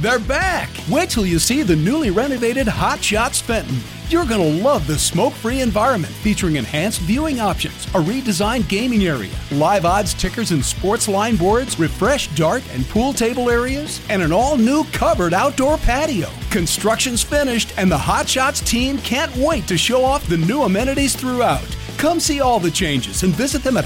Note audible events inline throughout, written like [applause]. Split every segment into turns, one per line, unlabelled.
They're back! Wait till you see the newly renovated Hot Shots Fenton. You're going to love the smoke free environment featuring enhanced viewing options, a redesigned gaming area, live odds tickers and sports line boards, refreshed dart and pool table areas, and an all new covered outdoor patio. Construction's finished, and the Hot Shots team can't wait to show off the new amenities throughout. Come see all the changes and visit them at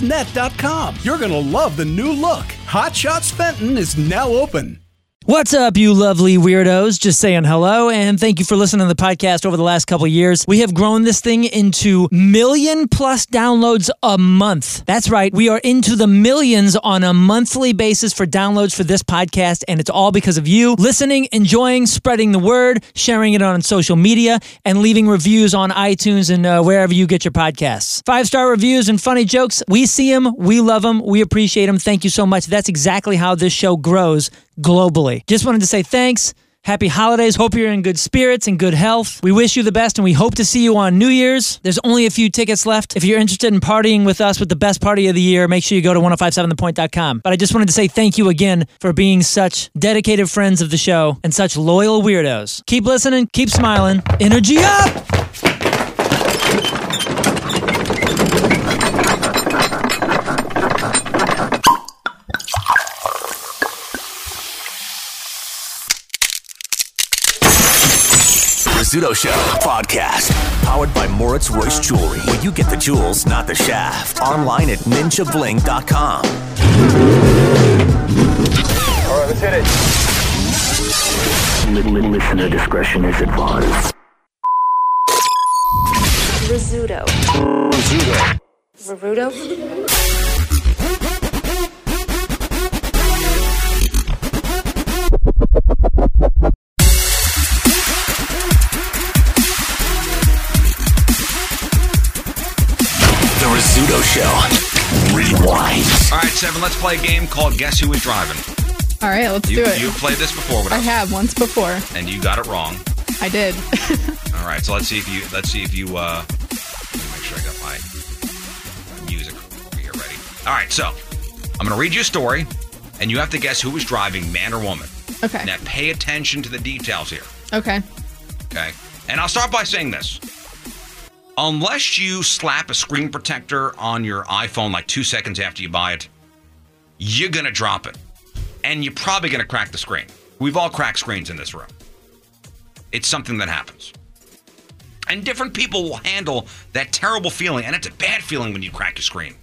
hotshotsnet.com. You're going to love the new look. Hot Shots Fenton is now open.
What's up, you lovely weirdos? Just saying hello and thank you for listening to the podcast over the last couple of years. We have grown this thing into million plus downloads a month. That's right, we are into the millions on a monthly basis for downloads for this podcast, and it's all because of you listening, enjoying, spreading the word, sharing it on social media, and leaving reviews on iTunes and uh, wherever you get your podcasts. Five star reviews and funny jokes. We see them, we love them, we appreciate them. Thank you so much. That's exactly how this show grows globally. Just wanted to say thanks. Happy holidays. Hope you're in good spirits and good health. We wish you the best and we hope to see you on New Year's. There's only a few tickets left. If you're interested in partying with us with the best party of the year, make sure you go to 1057thepoint.com. But I just wanted to say thank you again for being such dedicated friends of the show and such loyal weirdos. Keep listening, keep smiling. Energy up!
Rizzuto Show podcast, powered by Moritz Royce Jewelry, where you get the jewels, not the shaft. Online at ninjabling.com.
All right, let's hit it. Listener discretion is advised.
Rizzuto. Rizzuto.
The Rizzuto Show. Rewind.
All right, Seven, let's play a game called Guess Who Is Driving.
All right, let's
You,
do it.
You've played this before with
I
us,
have once before.
and you got it wrong. [laughs]
I did.
All right, so let's see if you let's see if you uh let me make sure I got my music over here ready. All right, so I'm going to read you a story, and you have to guess who was driving, man or woman.
Okay.
Now pay attention to the details here.
Okay.
Okay. And I'll start by saying this. Unless you slap a screen protector on your iPhone like two seconds after you buy it, you're going to drop it. And you're probably going to crack the screen. We've all cracked screens in this room. It's something that happens. And different people will handle that terrible feeling. And it's a bad feeling when you crack your screen.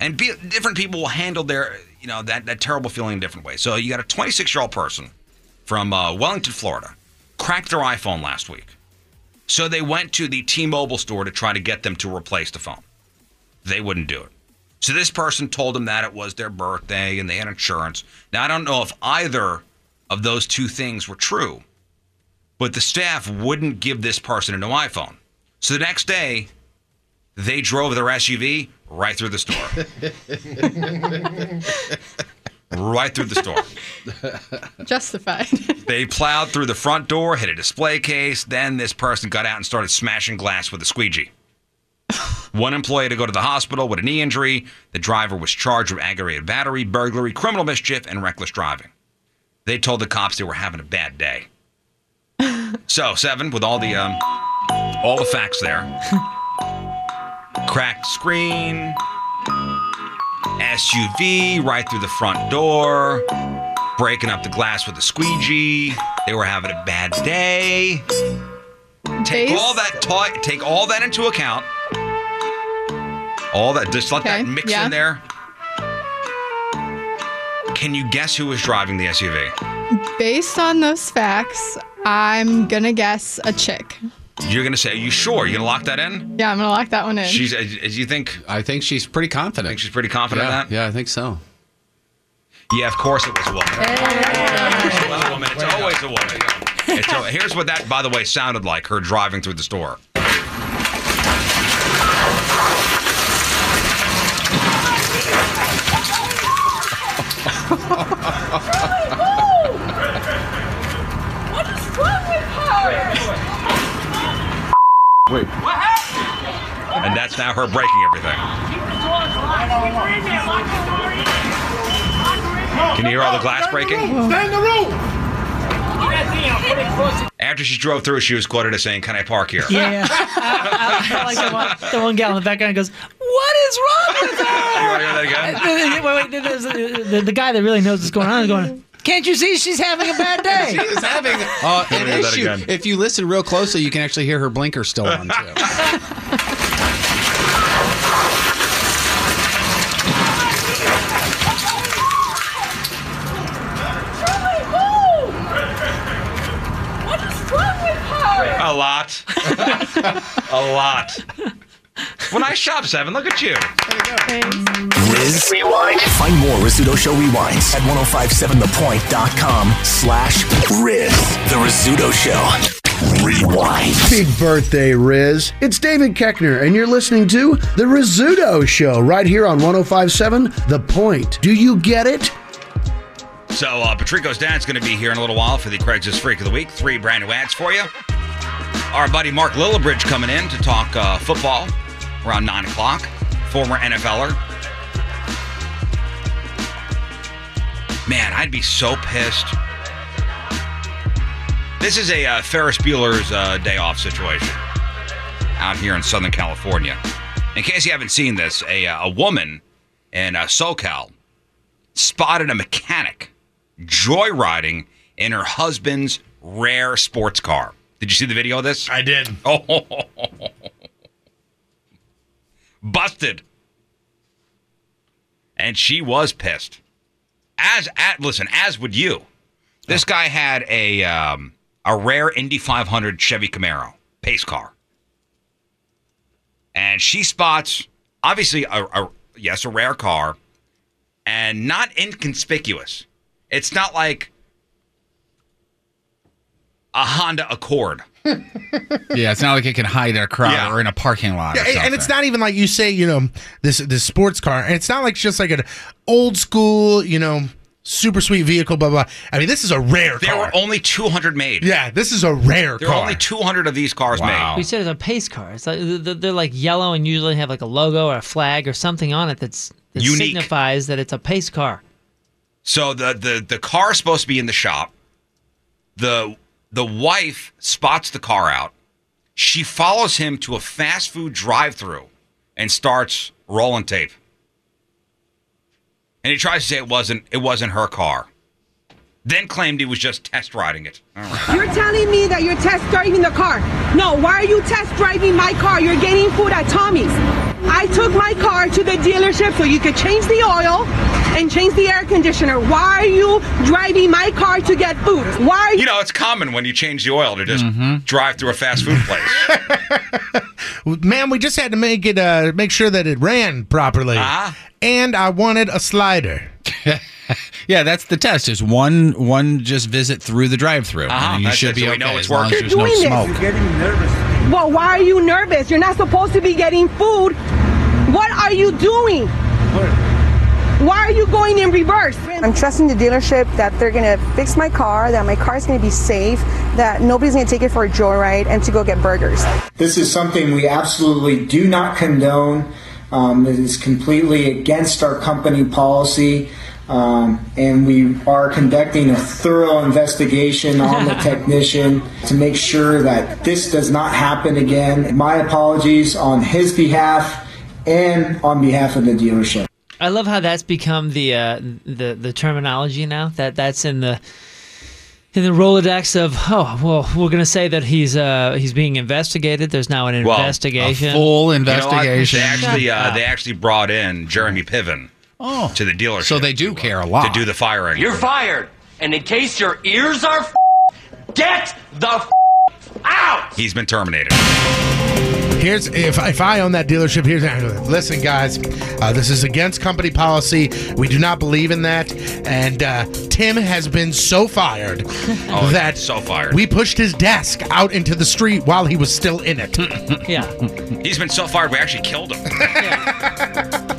And be, different people will handle their, you know, that, that terrible feeling in different ways. So you got a 26 year old person from uh, Wellington, Florida, cracked their iPhone last week. So they went to the T Mobile store to try to get them to replace the phone. They wouldn't do it. So this person told them that it was their birthday and they had insurance. Now, I don't know if either of those two things were true, but the staff wouldn't give this person a new iPhone. So the next day, [laughs] they drove their SUV right through the store. right through the store.
Justified.
They plowed through the front door, hit a display case. Then this person got out and started smashing glass with a squeegee. One employee had to go to the hospital with a knee injury. The driver was charged with aggravated battery, burglary, criminal mischief, and reckless driving. They told the cops they were having a bad day. so seven, with all the um, all the facts there, cracked screen, SUV right through the front door, breaking up the glass with a squeegee. They were having a bad day. Take all that ta- take all that into account. All that just let that
Okay,
mix
yeah.
in there. Can you guess who was driving the SUV?
Based on those facts, I'm gonna guess a chick.
You're gonna say, "Are you sure? You gonna lock that in?"
Yeah, I'm gonna lock that one in.
She's. uh, You think?
I think she's pretty confident. I think
she's pretty confident
yeah,
in that?
Yeah, I think so.
Yeah, of course it was a woman.
[laughs]
It was a woman. It's always a woman. It's al- here's what that, by the way, sounded like her driving through the store.
What is wrong with her?
Wait. And that's now her breaking everything. Can you hear all the glass breaking?
Stay in the room.
After she drove through, she was quoted as saying, Can I park here?
Yeah. [laughs] I, I, I like the one, the one gal in the background goes, What is wrong with her?
You want to hear that
[laughs]
again?
wait, wait, there's- the, the guy that really knows what's going on is going, Can't you see she's having a bad
[laughs]
day?
She is having
[laughs]
Uh,
Let
an
me hear that
issue.
again.
If you listen real closely, you can actually hear her blinker
[laughs]
still on too.
What is wrong with her?
A lot. [laughs] a lot. When I shop seven, look at you.
Riz Rewind. Find more Rizzuto Show Rewinds at 1057thepoint.com slash Riz. The Rizzuto Show. Rewind.
Big birthday, Riz. It's David Keckner, and you're listening to The Rizzuto Show right here on 1057 The Point. Do you get it?
So, uh, Patrico's dad's going to be here in a little while for the Craigslist Freak of the Week. Three brand new ads for you. Our buddy Mark Lillibridge coming in to talk uh, football around 9 o'clock. Former NFLer. Man, I'd be so pissed. This is a uh, Ferris Bueller's uh, day off situation out here in Southern California. In case you haven't seen this, a, uh, a woman in uh, SoCal spotted a mechanic joyriding in her husband's rare sports car. Did you see the video of this? I did. [laughs] Oh, busted. And she was pissed. As at listen, as would you. This guy had a um, a rare Indy 500 Chevy Camaro pace car, and she spots obviously a, a yes a rare car, and not inconspicuous. It's not like a Honda Accord.
yeah, it's not like it can hide in a crowd or in a parking lot.
Yeah,
or
and-
something.
and it's not even like you say, you know, this this sports car, and it's not like it's just like an old school, you know, super sweet vehicle, blah blah. blah. I mean, this is a rare
There
car.
were only 200 made.
yeah, this is a rare
There were
car.
only 200 of these cars
We
made.
said it's a pace car. It's like th- th- they're like yellow and usually have like a logo or a flag or something on it that's that
Unique.
signifies that it's a pace car.
So the the the car is supposed to be in the shop. The the wife spots the car out. She follows him to a fast food drive-through and starts rolling tape. And he tries to say it wasn't it wasn't her car. Then claimed he was just test riding it. All right.
You're telling me that you're test driving the car. No, why are you test driving my car? You're getting food at Tommy's. I took my car to the dealership so you could change the oil and change the air conditioner. Why are you driving my car to get food? Why are you?
You know, it's common when you change the oil to just drive through a fast food place.
Ma'am, we just had to make it uh make sure that it ran properly. And I wanted a slider.
yeah, that's the test. Is one one just visit through the drive-through,
Uh-huh,
and you
that's
should
it,
be
so we
okay
know it's
as long as
working.
there's no
Doing this.
smoke.
Well, why are you nervous? You're not supposed to be getting food. What are you doing? Why are you going in reverse? I'm trusting the dealership that they're going to fix my car, that my car is going to be safe, that nobody's going to take it for a joyride and to go get burgers.
This is something we absolutely do not condone. Um, it is completely against our company policy. Um, and we are conducting a thorough investigation on the technician to make sure that this does not happen again. My apologies on his behalf and on behalf of the dealership.
I love how that's become the uh, the the terminology now. That that's in the in the Rolodex of oh well, we're going to say that he's uh, he's being investigated. There's now an
Well,
investigation,
You know, I- they actually uh, they actually brought in Jeremy Piven
oh.
to the dealership.
So they do care a lot
to do the firing.
You're fired. And in case your ears are f- get the f-
He's been terminated. Oh,
Here's if if I own that dealership. Here's listen, guys, uh, this is against company policy. We do not believe in that. And uh, Tim has been so fired
Oh,
that
so fired.
we pushed his desk out into the street while he was still in it.
yeah.
He's been so fired we actually killed
[laughs]
him.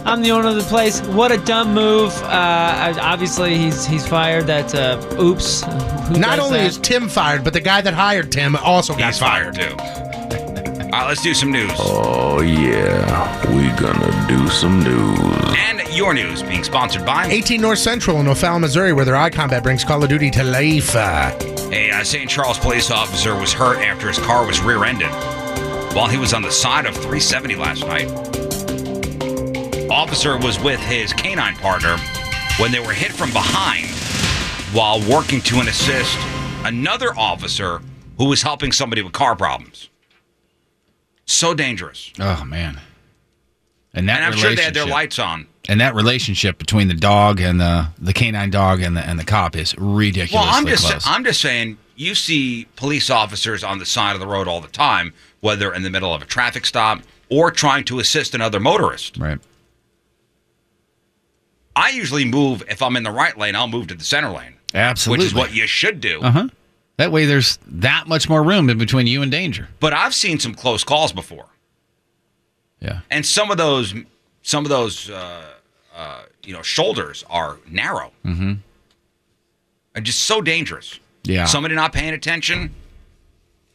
I'm the owner of the place. What a dumb move! Uh, I- obviously, he's he's fired. That uh, oops. [laughs] Who
Not
does
only
that?
is Tim fired, but the guy that hired Tim also got
He's fired too. All right, let's do some news.
Oh, yeah. We gonna do some news.
And your news being sponsored by
18 North Central in O'Fallon, Missouri, where their eye combat brings Call of Duty to life. Uh,
A uh, St. Charles police officer was hurt after his car was rear ended while he was on the side of 370 last night. Officer was with his canine partner when they were hit from behind while working to an assist another officer who was helping somebody with car problems. So dangerous.
Oh man. And that
And I'm sure they had their
relationship-
lights on.
And that relationship between the dog and the the canine dog and the and the cop is ridiculously
Well, I'm just
close.
I'm just saying you see police officers on the side of the road all the time, whether in the middle of a traffic stop or trying to assist another motorist.
Right.
I usually move if I'm in the right lane, I'll move to the center lane,
Absolutely.
which is what you should do.
Uh huh. That way, there's that much more room in between you and danger.
But I've seen some close calls before.
Yeah.
And some of those some of those uh, uh, you know shoulders are narrow
Mm-hmm.
and just so dangerous.
Yeah.
Somebody not paying attention,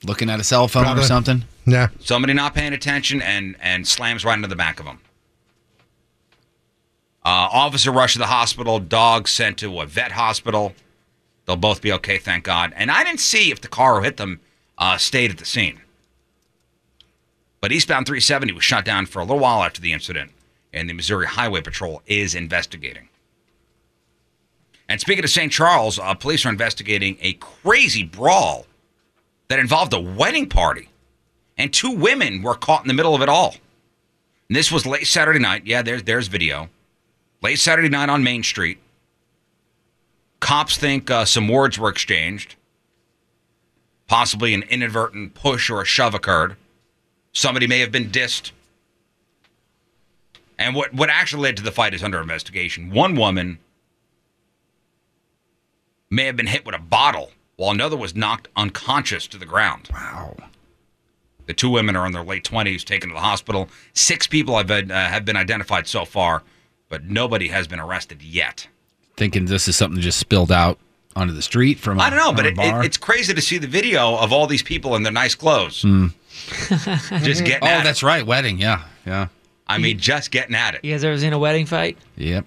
Looking at a cell phone
Probably.
or something.
Yeah.
somebody not paying attention and and slams right into the back of him. Uh, officer rushed to the hospital. Dog sent to a vet hospital. They'll both be okay, thank God. And I didn't see if the car who hit them uh, stayed at the scene. But eastbound 370 was shut down for a little while after the incident, and the Missouri Highway Patrol is investigating. And speaking of St. Charles, uh, police are investigating a crazy brawl that involved a wedding party and two women were caught in the middle of it all. And this was late Saturday night. Yeah, there's there's video. Late Saturday night on Main Street. Cops think uh, some words were exchanged. Possibly an inadvertent push or a shove occurred. Somebody may have been dissed. And what, what actually led to the fight is under investigation. One woman may have been hit with a bottle, while another was knocked unconscious to the ground. Wow. The two women are in their late 20s, taken to the hospital. Six people have been, uh, have been identified so far, but nobody has been arrested yet.
Thinking this is something just spilled out onto the street from. I
I don't know, but it,
bar.
it, it's crazy to see the video of all these people in their nice clothes
Hmm.
[laughs]
just getting
Oh,
at
that's right. Wedding. Yeah. Yeah.
I mean, just getting at it.
You guys ever seen a wedding fight?
Yep.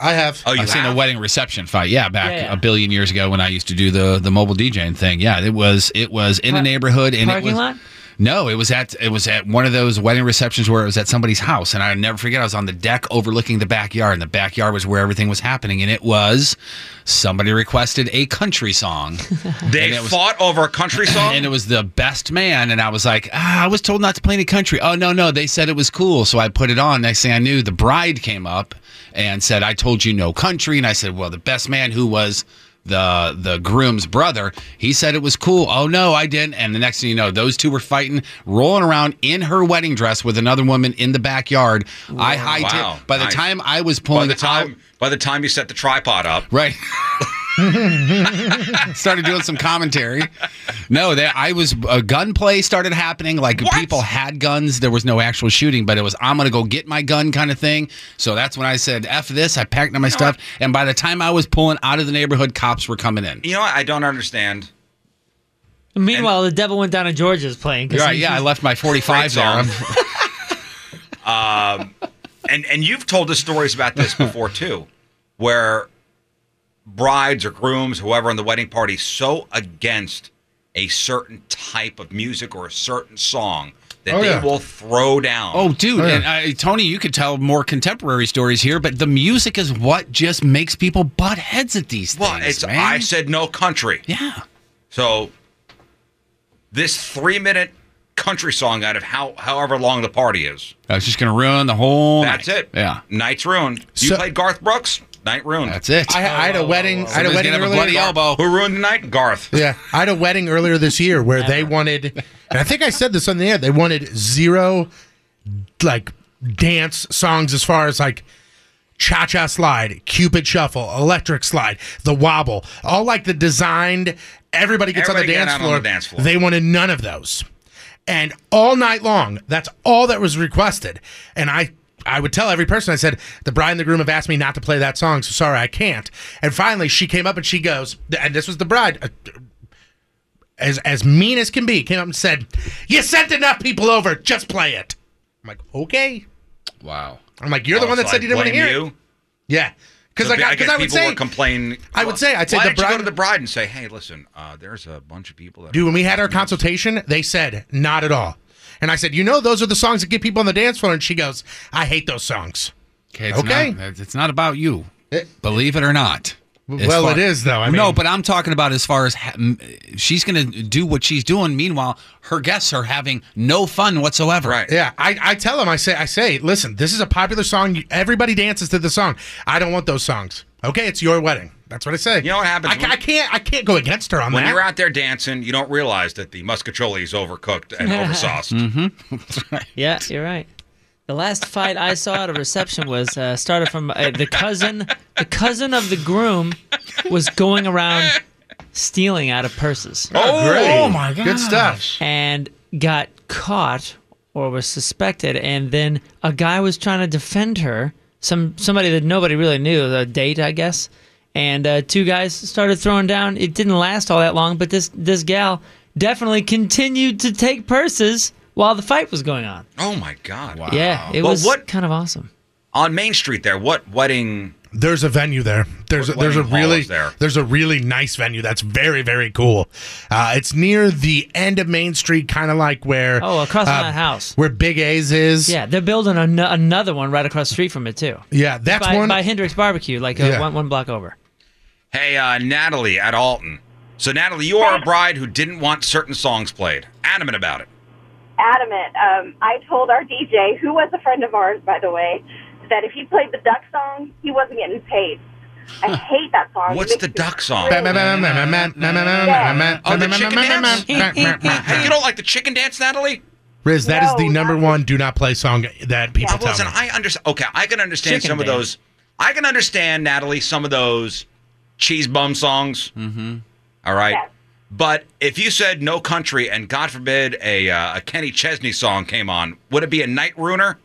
I have.
Oh, I've seen a
have?
wedding reception fight. Yeah, back
Yeah, yeah.
a billion years ago when I used to do the the mobile DJing thing. Yeah, it was it was in
Par-
a neighborhood and
parking
it was
lot?
No, it was at it was at one of those wedding receptions where it was at somebody's house, and I never forget. I was on the deck overlooking the backyard, and the backyard was where everything was happening, and it was somebody requested a country song.
They fought over a
[clears throat]
country song,
and it was the best man, and I was like, ah, I was told not to play any country. Oh no, no, they said it was cool, so I put it on. Next thing I knew, the bride came up and said, I told you no country, and I said, well, the best man who was. The the groom's brother, he said it was cool. Oh no, I didn't. And the next thing you know, those two were fighting, rolling around in her wedding dress with another woman in the backyard. I hightailed.
Wow,
By the
nice.
time I was pulling
by the time by the time you set the tripod up,
right? [laughs] started doing some commentary. No, they, I was uh, gunplay started happening. Like people had guns. There was no actual shooting, but it was I'm gonna go get my gun kind of thing. So that's when I said f this. I packed up my stuff, and by the time I was pulling out of the neighborhood, cops were coming in.
You know what? I don't understand.
Meanwhile, the devil went down to Georgia's playing. 'cause
Right?
he-
Yeah, I left my 45s on.
[laughs]
[laughs]
um, and and you've told us stories about this before too, where brides or grooms, whoever in the wedding party, is so against a certain type of music or a certain song that
Oh,
they
yeah.
will throw down.
Oh, dude,
Yeah.
and I, Tony, you could tell more contemporary stories here, but the music is what just makes people butt heads at these
well,
things,
it's
man.
I said no country.
Yeah.
So this three minute country song out of how however long the party is.
I was just gonna ruin the whole.
That's
night.
it.
Yeah.
Night's ruined. You
So-
played Garth Brooks. Night ruined. That's
it.
I, I had a wedding. I had a
Somebody's
wedding
gonna have a
earlier.
bloody elbow. Who ruined the night? Garth.
[laughs] Yeah, I had a wedding earlier this year where they wanted, and I think I said this on the air. They wanted zero, like dance songs as far as like cha cha slide, Cupid shuffle, electric slide, the wobble, all like the designed. Everybody gets
Everybody
on,
get
the dance
out on
floor.
the dance floor.
They wanted none of those, and all night long, that's all that was requested. And I. I would tell every person, I said, the bride and the groom have asked me not to play that song, so sorry, I can't. And finally, she came up and she goes, and this was the bride, uh, as as mean as can be, came up and said, "You sent enough people over. Just play it." I'm like, okay.
Wow.
I'm like, you're the
Oh,
one that
so
said
I
you didn't want to
blame
hear it.
you?
Yeah, because
So
like, I-
guess
because I, would
people
say,
would complain.
I would say- I'd say
why
the
don't you
bride-
go to the bride and say, "Hey, listen, uh, there's a bunch of people that
dude, when we had our consultation, they said not at all. And I said, you know, those are the songs that get people on the dance floor. And she goes, I hate those songs. Eh,
Okay, it's
Okay.
Not, it's not about you. Believe it or not.
W-
As
well, it is, though. I
no,
mean-
but I'm talking about as far as ha- m- she's going to do what she's doing. Meanwhile, her guests are having no fun whatsoever. Right.
Yeah, I, I tell them, I say, I say, listen, this is a popular song. You- Everybody dances to the song. I don't want those songs. Okay, it's your wedding. That's what I say. You know what happens? I, ca- I can't, I can't go against her on
when
that.
you're out there dancing, you don't realize that the muscatoli is overcooked
[laughs]
and oversauced.
Mm-hmm. [laughs] Yeah, you're right. The last fight I saw at a reception was uh, started from uh, the cousin. The cousin of the groom was going around stealing out of purses.
Oh, great. Oh, my Good stuff.
And got caught or was suspected, and then a guy was trying to defend her. Some somebody that nobody really knew, a date, I guess. And uh, two guys started throwing down. It didn't last all that long, but this this gal definitely continued to take purses while the fight was going on.
[laughs] Oh my God! Wow.
Yeah, it
well,
was
what
kind of awesome.
on Main Street there? What wedding?
There's a venue there. There's a,
What
there's a
wedding hall
really
is there?
there's a really nice venue that's very very cool. Uh, it's near the end of Main Street, kind of like where
Oh, across
uh,
from that house.
where Big A's is.
Yeah, they're building an- another one right across the street from it too.
yeah, that's
by,
one.
by Hendrix Barbecue, like uh,
Yeah.
one one block over.
Hey, uh, Natalie at Alton. So, Natalie, you are a bride who didn't want certain songs played. Adamant about it.
adamant. Um, I told our DJ, who was a friend of ours, by the way, that if he played the duck song, he wasn't getting paid. I hate that song. It
What's
makes
the
me
duck song?
Ba- ba- ba- ba- ba- ba- ba- ba- ba-
Oh, the
ba-
chicken
ba- ba-
dance.
ba- ba- ba-
Hey, you don't like the chicken dance, Natalie?
Riz, that is the number one do not play song that people
Well,
tell
listen,
me.
I understand. Okay, I can understand
Chicken
some of
dance.
those. I can understand, Natalie, some of those cheese bum songs. Mm-hmm. right. But if you said no country and God forbid a, uh, a Kenny Chesney song came on, would it be a night ruiner?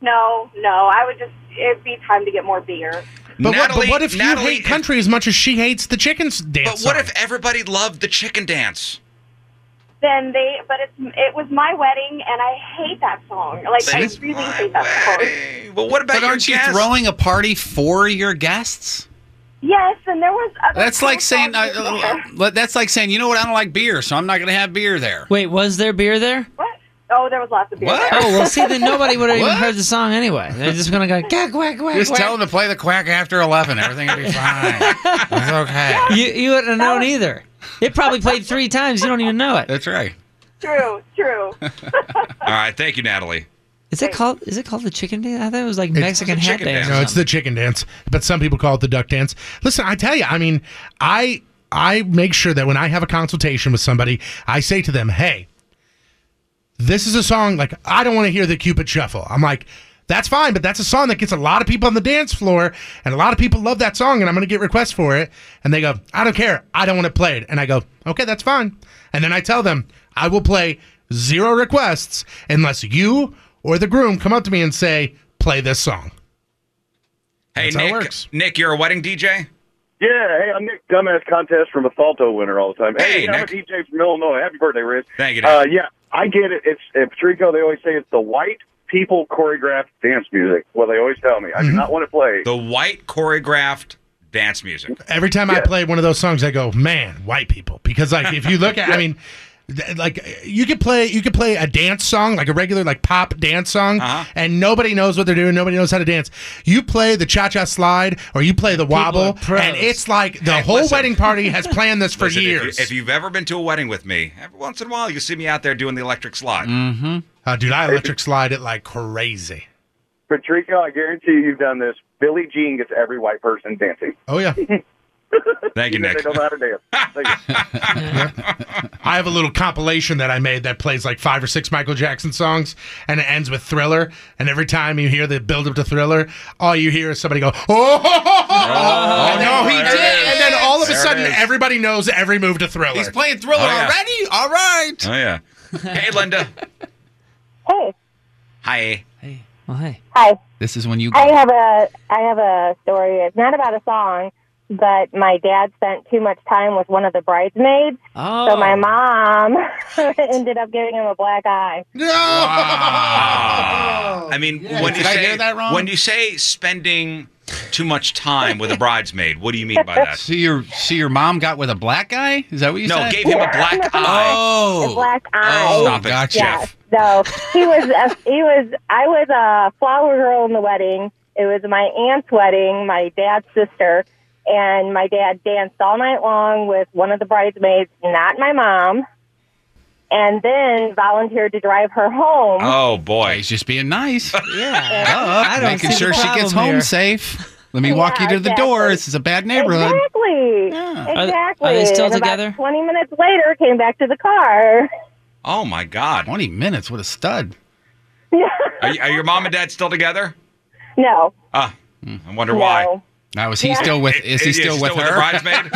No, no. I would just, it'd be time to get more beer.
But, what, but
Natalie-
what if you
Natalie,
hate country as much as she hates the chickens dance?
But what
song?
if everybody loved the chicken dance?
Then they, but it's, it was my wedding, and I hate that song. Like, I
It's
really hate that song.
Well, what about
but aren't you throwing a party for your guests?
Yes, and there was uh, other
That's like
cool
saying
songs
I,
in
uh,
there.
uh, that's like saying you know what I don't like beer, so I'm not going to have beer there.
Wait, was there beer there?
Oh, there was lots of beer.
What?
there.
Oh well, see then nobody would have even
What?
heard the song anyway. They're just gonna go quack quack quack.
Just
quack.
tell them to play the quack after eleven. Everything will be
[laughs]
fine. it's okay.
you you wouldn't have known either. It probably played three times. You don't even know it.
That's right.
True, true.
All right, thank you, Natalie.
Is it called? Is it called the chicken dance? I thought it was like
It's-
Mexican hat dance.
No, it's the chicken dance, but some people call it the duck dance. Listen, I tell you, I mean, I I make sure that when I have a consultation with somebody, I say to them, "Hey, this is a song like I don't want to hear the Cupid shuffle." I'm like, That's fine, but that's a song that gets a lot of people on the dance floor, and a lot of people love that song, and I'm going to get requests for it. And they go, I don't care. I don't want it played. And I go, okay, that's fine. And then I tell them, I will play zero requests unless you or the groom come up to me and say, play this song.
Hey, Nick. Nick, you're a wedding DJ.
Yeah, hey, I'm Nick Dumbass Contest from a Salto winner all the time. Hey, I'm a DJ from Illinois. Happy birthday, Riz.
Thank you. Nick.
Uh, yeah, I get it. It's at Patrico. They always say it's the white people choreographed dance music. Well, they always tell me. I do
Mm-hmm.
not want to play.
The white choreographed dance music.
Every time I play one of those songs, I go, man, white people. Because like if
[laughs]
you look at, I mean, th- like you could play you could play a dance song like a regular like pop dance song,
Uh-huh.
and nobody knows what they're doing. Nobody knows how to dance. You play the cha cha slide or you play the wobble, and it's like the
Hey,
whole
listen.
wedding
[laughs]
party has planned this for
Listen, if you-
years.
If, you, have ever been to a wedding with me, every once in a while you see me out there doing the electric slide.
mm-hmm. uh, dude, I electric slide it like crazy.
Patrico, I guarantee you've done this. Billie Jean gets every white person dancing.
Oh
[laughs]
yeah.
Thank you,
Even if
Nick.
They don't know how to dance. Thank you.
I have a little compilation that I made that plays like five or six Michael Jackson songs, and it ends with Thriller. And every time you hear the build up to Thriller, all you hear is somebody go, "Oh, [laughs] oh, oh, oh, oh." And no, he did!" And then all of a
There it
sudden,
is.
everybody knows every move to Thriller.
He's playing Thriller Oh, yeah. already?
All right.
Oh yeah. Hey, Linda.
Hey,
Hi.
Well, hey.
hi.
This is when you.
I have a I have a story. It's not about a song, but my dad spent too much time with one of the bridesmaids,
Oh.
so my mom [laughs] ended up giving him a black eye.
Wow. Ah. I mean,
Yeah.
when
Did
you
I
say
hear that wrong?
when you say spending too much time with a bridesmaid, what do you mean by that?
So your so your mom got with a black guy? Is that what you
No,
said?
gave him a black
[laughs]
eye.
Oh,
A black eye.
Oh, stop it,
Yeah.
Jeff.
So he was a, he was I was a flower girl in the wedding. It was my aunt's wedding, my dad's sister, and my dad danced all night long with one of the bridesmaids, not my mom, and then volunteered to drive her home.
Oh boy,
he's just
[laughs]
being nice.
Yeah.
Duh, making sure she gets home safe. Let
[laughs]
me walk you to the door. This is a bad neighborhood.
Exactly.
Are-
Exactly.
are they still
And about
together?
Twenty minutes later, came back to the car. [laughs]
Oh my God!
Twenty minutes. What a stud.
Are, you- are your mom and dad still together?
No,
Ah, I wonder why.
Now is he still with? Is he
Yeah,
still
she's
with
the
her? [laughs]
bridesmaid?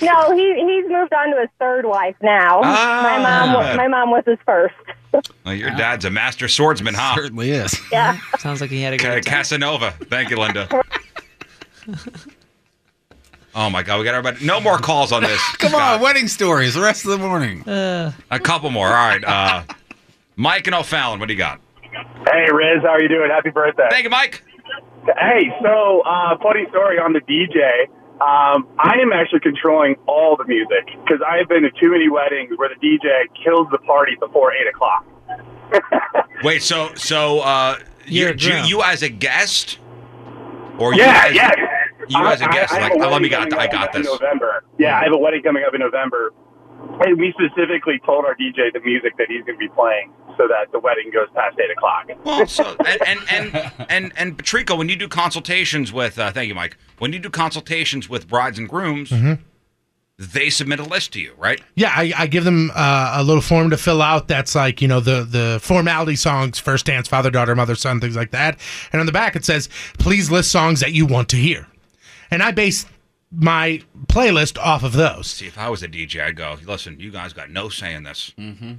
no, he he's moved on to his third wife now. my mom, wa- my mom was his first.
Well, your dad's a master swordsman, huh?
Certainly is.
Yeah.
Sounds like he had a
Ca- Casanova. Thank you, Linda. oh my God, we got everybody. No more calls on this.
Come on, wedding stories. The rest of the morning.
A couple more. All right. Uh, Mike and O'Fallon, what do you got?
Hey, Riz, how are you doing? Happy birthday.
Thank you, Mike.
Hey, so uh, funny story on the DJ. Um, I am actually controlling all the music because I have been to too many weddings where the DJ kills the party before 8 o'clock.
Wait, so so uh, you,
You're a
you
groom.
you as a guest, or
yeah,
you as,
yeah.
you as a
I- I-
guest,
I have
like
a
oh, let me
wedding
got
coming
I
up
got
in
this.
November. Yeah, I have a wedding coming up in November. And we specifically told our DJ the music that he's going to be playing so that the wedding goes past 8 o'clock.
Well, so and and and and, and Patrico, when you do consultations with, uh, thank you, Mike. When you do consultations with brides and grooms,
Mhm.
they submit a list to you, right?
Yeah, I, I give them uh, a little form to fill out. That's like you know the the formality songs, first dance, father, daughter, mother, son, things like that. And on the back it says, please list songs that you want to hear. And I base my playlist off of those.
See, if I was a DJ, I'd go, listen, you guys got no say in this. Mm-hmm.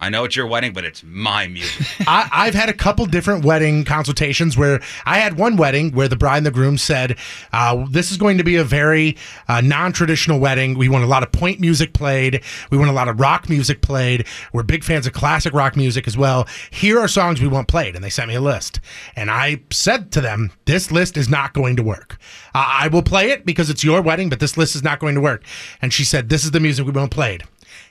I know it's your wedding, but it's my music.
I, I've had a couple different wedding consultations where I had one wedding where the bride and the groom said, uh, "This is going to be a very uh, non-traditional wedding. We want a lot of point music played. We want a lot of rock music played. We're big fans of classic rock music as well. Here are songs we want played." And they sent me a list, and I said to them, "This list is not going to work. Uh, I will play it because it's your wedding, but this list is not going to work." And she said, "This is the music we want played."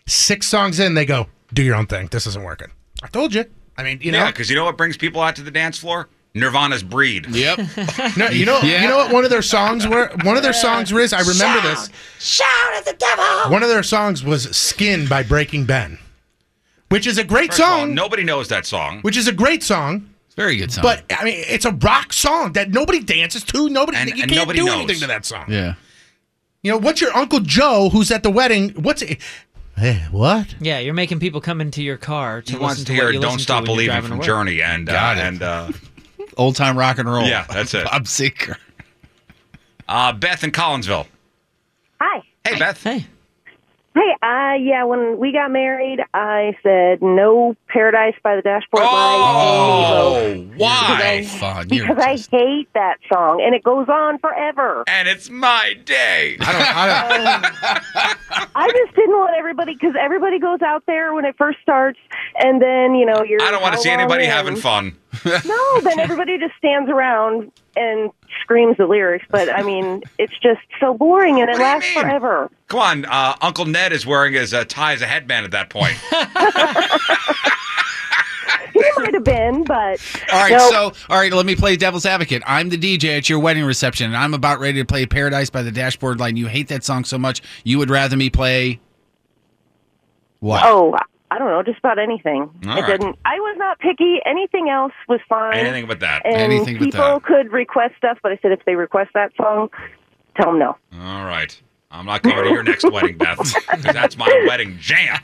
Six songs in, they go, "Do your own thing. This isn't working." [laughs] I told you. I mean, you know,
yeah, because you know what brings people out to the dance floor? Nirvana's Breed.
Yep.
[laughs] No, you know, you know what one of their songs were? One of their songs, Riz. I remember this.
Uh, Shout at the devil!
One of their songs was "Skin" by Breaking Ben, which is a great
First of all,
song.
nobody knows that song.
Which is a great song.
It's very good song.
But I mean, it's a rock song that nobody dances to. Nobody,
And-
you
and
can't
nobody
do
knows.
anything to that song.
yeah.
You know, what's your Uncle Joe who's at the wedding? What's it? Hey, what?
Yeah, you're making people come into your car to
He
listen
wants to
what
hear
you
"Don't
listen to
Stop
when you're
Believing"
driving
from
to work.
Journey, and uh,
Got it.
and uh,
[laughs] Old time rock and
Oh,
roll.
Yeah, that's it.
Bob Seeker.
Uh, Beth in Collinsville.
Hi.
Hey, Beth.
Hey. Hey, uh, yeah, when we got married, I said no paradise by the dashboard light.
Oh, why?
Because I hate that song, and it goes on forever.
And it's my day. I don't. I don't
[laughs] Oh, I just didn't want everybody, because everybody goes out there when it first starts, and then, you know, you're.
I don't want to see anybody having fun. [laughs]
no, then everybody just stands around and screams the lyrics, but I mean, it's just so boring, and it lasts forever.
Come on, uh, Uncle Ned is wearing his uh, tie as a headband at that
[laughs]
point.
He might have been, but.
All right,
Nope.
so all right, let me play devil's advocate. I'm the DJ at your wedding reception, and I'm about ready to play "Paradise" by the Dashboard Line. You hate that song so much, you would rather me play what?
Oh, I don't know, just about anything.
All
it
right.
didn't. I was not picky. Anything else was fine.
Anything but that.
And
Anything but
people
that.
could request stuff, but I said if they request that song, tell them no.
All right, I'm not going to your next wedding, Beth, 'cause that's my wedding jam.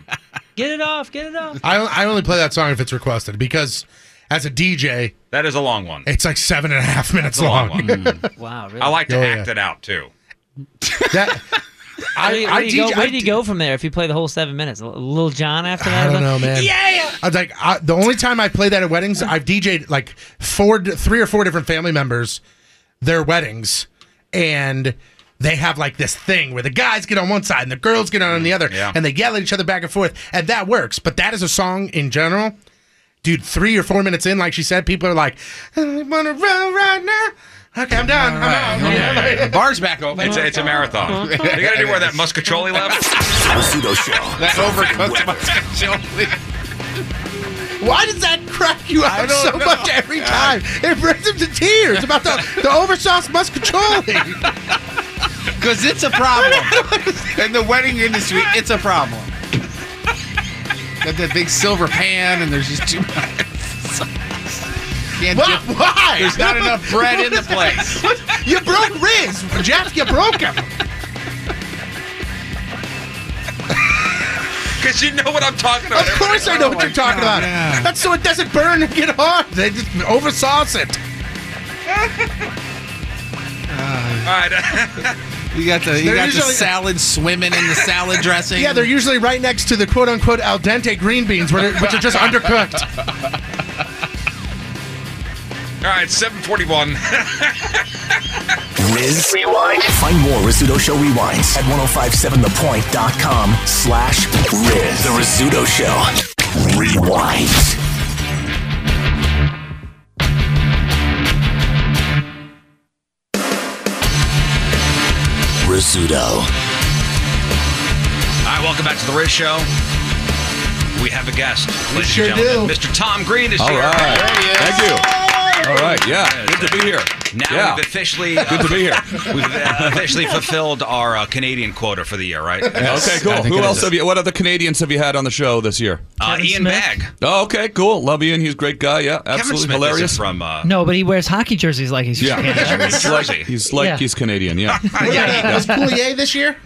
Get it off. Get
[laughs]
it off.
I, I only play that song if it's requested because as a DJ,
that is a long one.
It's like seven and a half minutes
That's a long
long. [laughs]
Wow, really?
I like to
Oh,
act it out too.
that, I-
where do you,
I
where do you
DJ
go, where do you go from there if you play the whole seven minutes? L- Lil John after that?
I don't know, man.
Yeah.
I was like, I, the only time I played that at weddings, I've DJ'd like four, three or four different family members, their weddings, and they have like this thing where the guys get on one side and the girls get
Mm,
on the other, and they yell at each other back and forth, and that works. But that is a song in general, dude. Three or four minutes in, like she said, people are like, I want to roll right now. Okay, I'm done. I'm out.
The bar's
[laughs]
back open. It's a, it's a marathon. you got to do where that muscatoli left.
Pseudo show.
[laughs] That overcooked [laughs]
[laughs] Why does that crack you
I
up
don't
so
know.
much every time? It brings him to tears about the, the oversauce
[laughs]
muscatoli.
Because it's a problem in the wedding industry. It's a problem. Got that big silver pan, and there's just too much. Can't
Why-
dip-
why?
There's not enough bread in the place.
[laughs] you broke Riz. Jeff, you broke him.
Because you know what I'm talking about.
Of course I know what you're talking about. [laughs] That's so it doesn't burn and get hot. They just oversauce it.
All right. [laughs]
You got the you
They're
got the
usually-
salad swimming in the salad dressing.
Yeah, they're usually right next to the quote unquote al dente green beans, where they're- which
[laughs]
are just undercooked.
[laughs] All right, [laughs] 741.
Riz Rewind. Find more Rizzuto Show rewinds at 1057thepoint.com slash Riz. The Rizzuto Show. Rewind. Rizzuto.
All right, welcome back to the Riz Show. We have a guest. We
sure
do. Mr. Tom Green is
All
here.
right. Thank you. All right. Yeah.
Good to be here. Now
Yeah.
we've officially uh,
Good to be here.
[laughs] We've uh, officially fulfilled our uh, Canadian quota for the year, right?
Okay, cool. Who else have you? What other Canadians have you had on the show this year?
Uh, Ian Bagg.
Oh, okay, cool. Love Ian. He's a great guy. Yeah, absolutely
Smith isn't
hilarious.
from uh,
No, but he wears hockey jerseys like he's
[laughs]
yeah,
Canadian.
It's like- he's like
Yeah.
he's Canadian. Yeah.
Was Poulier this year?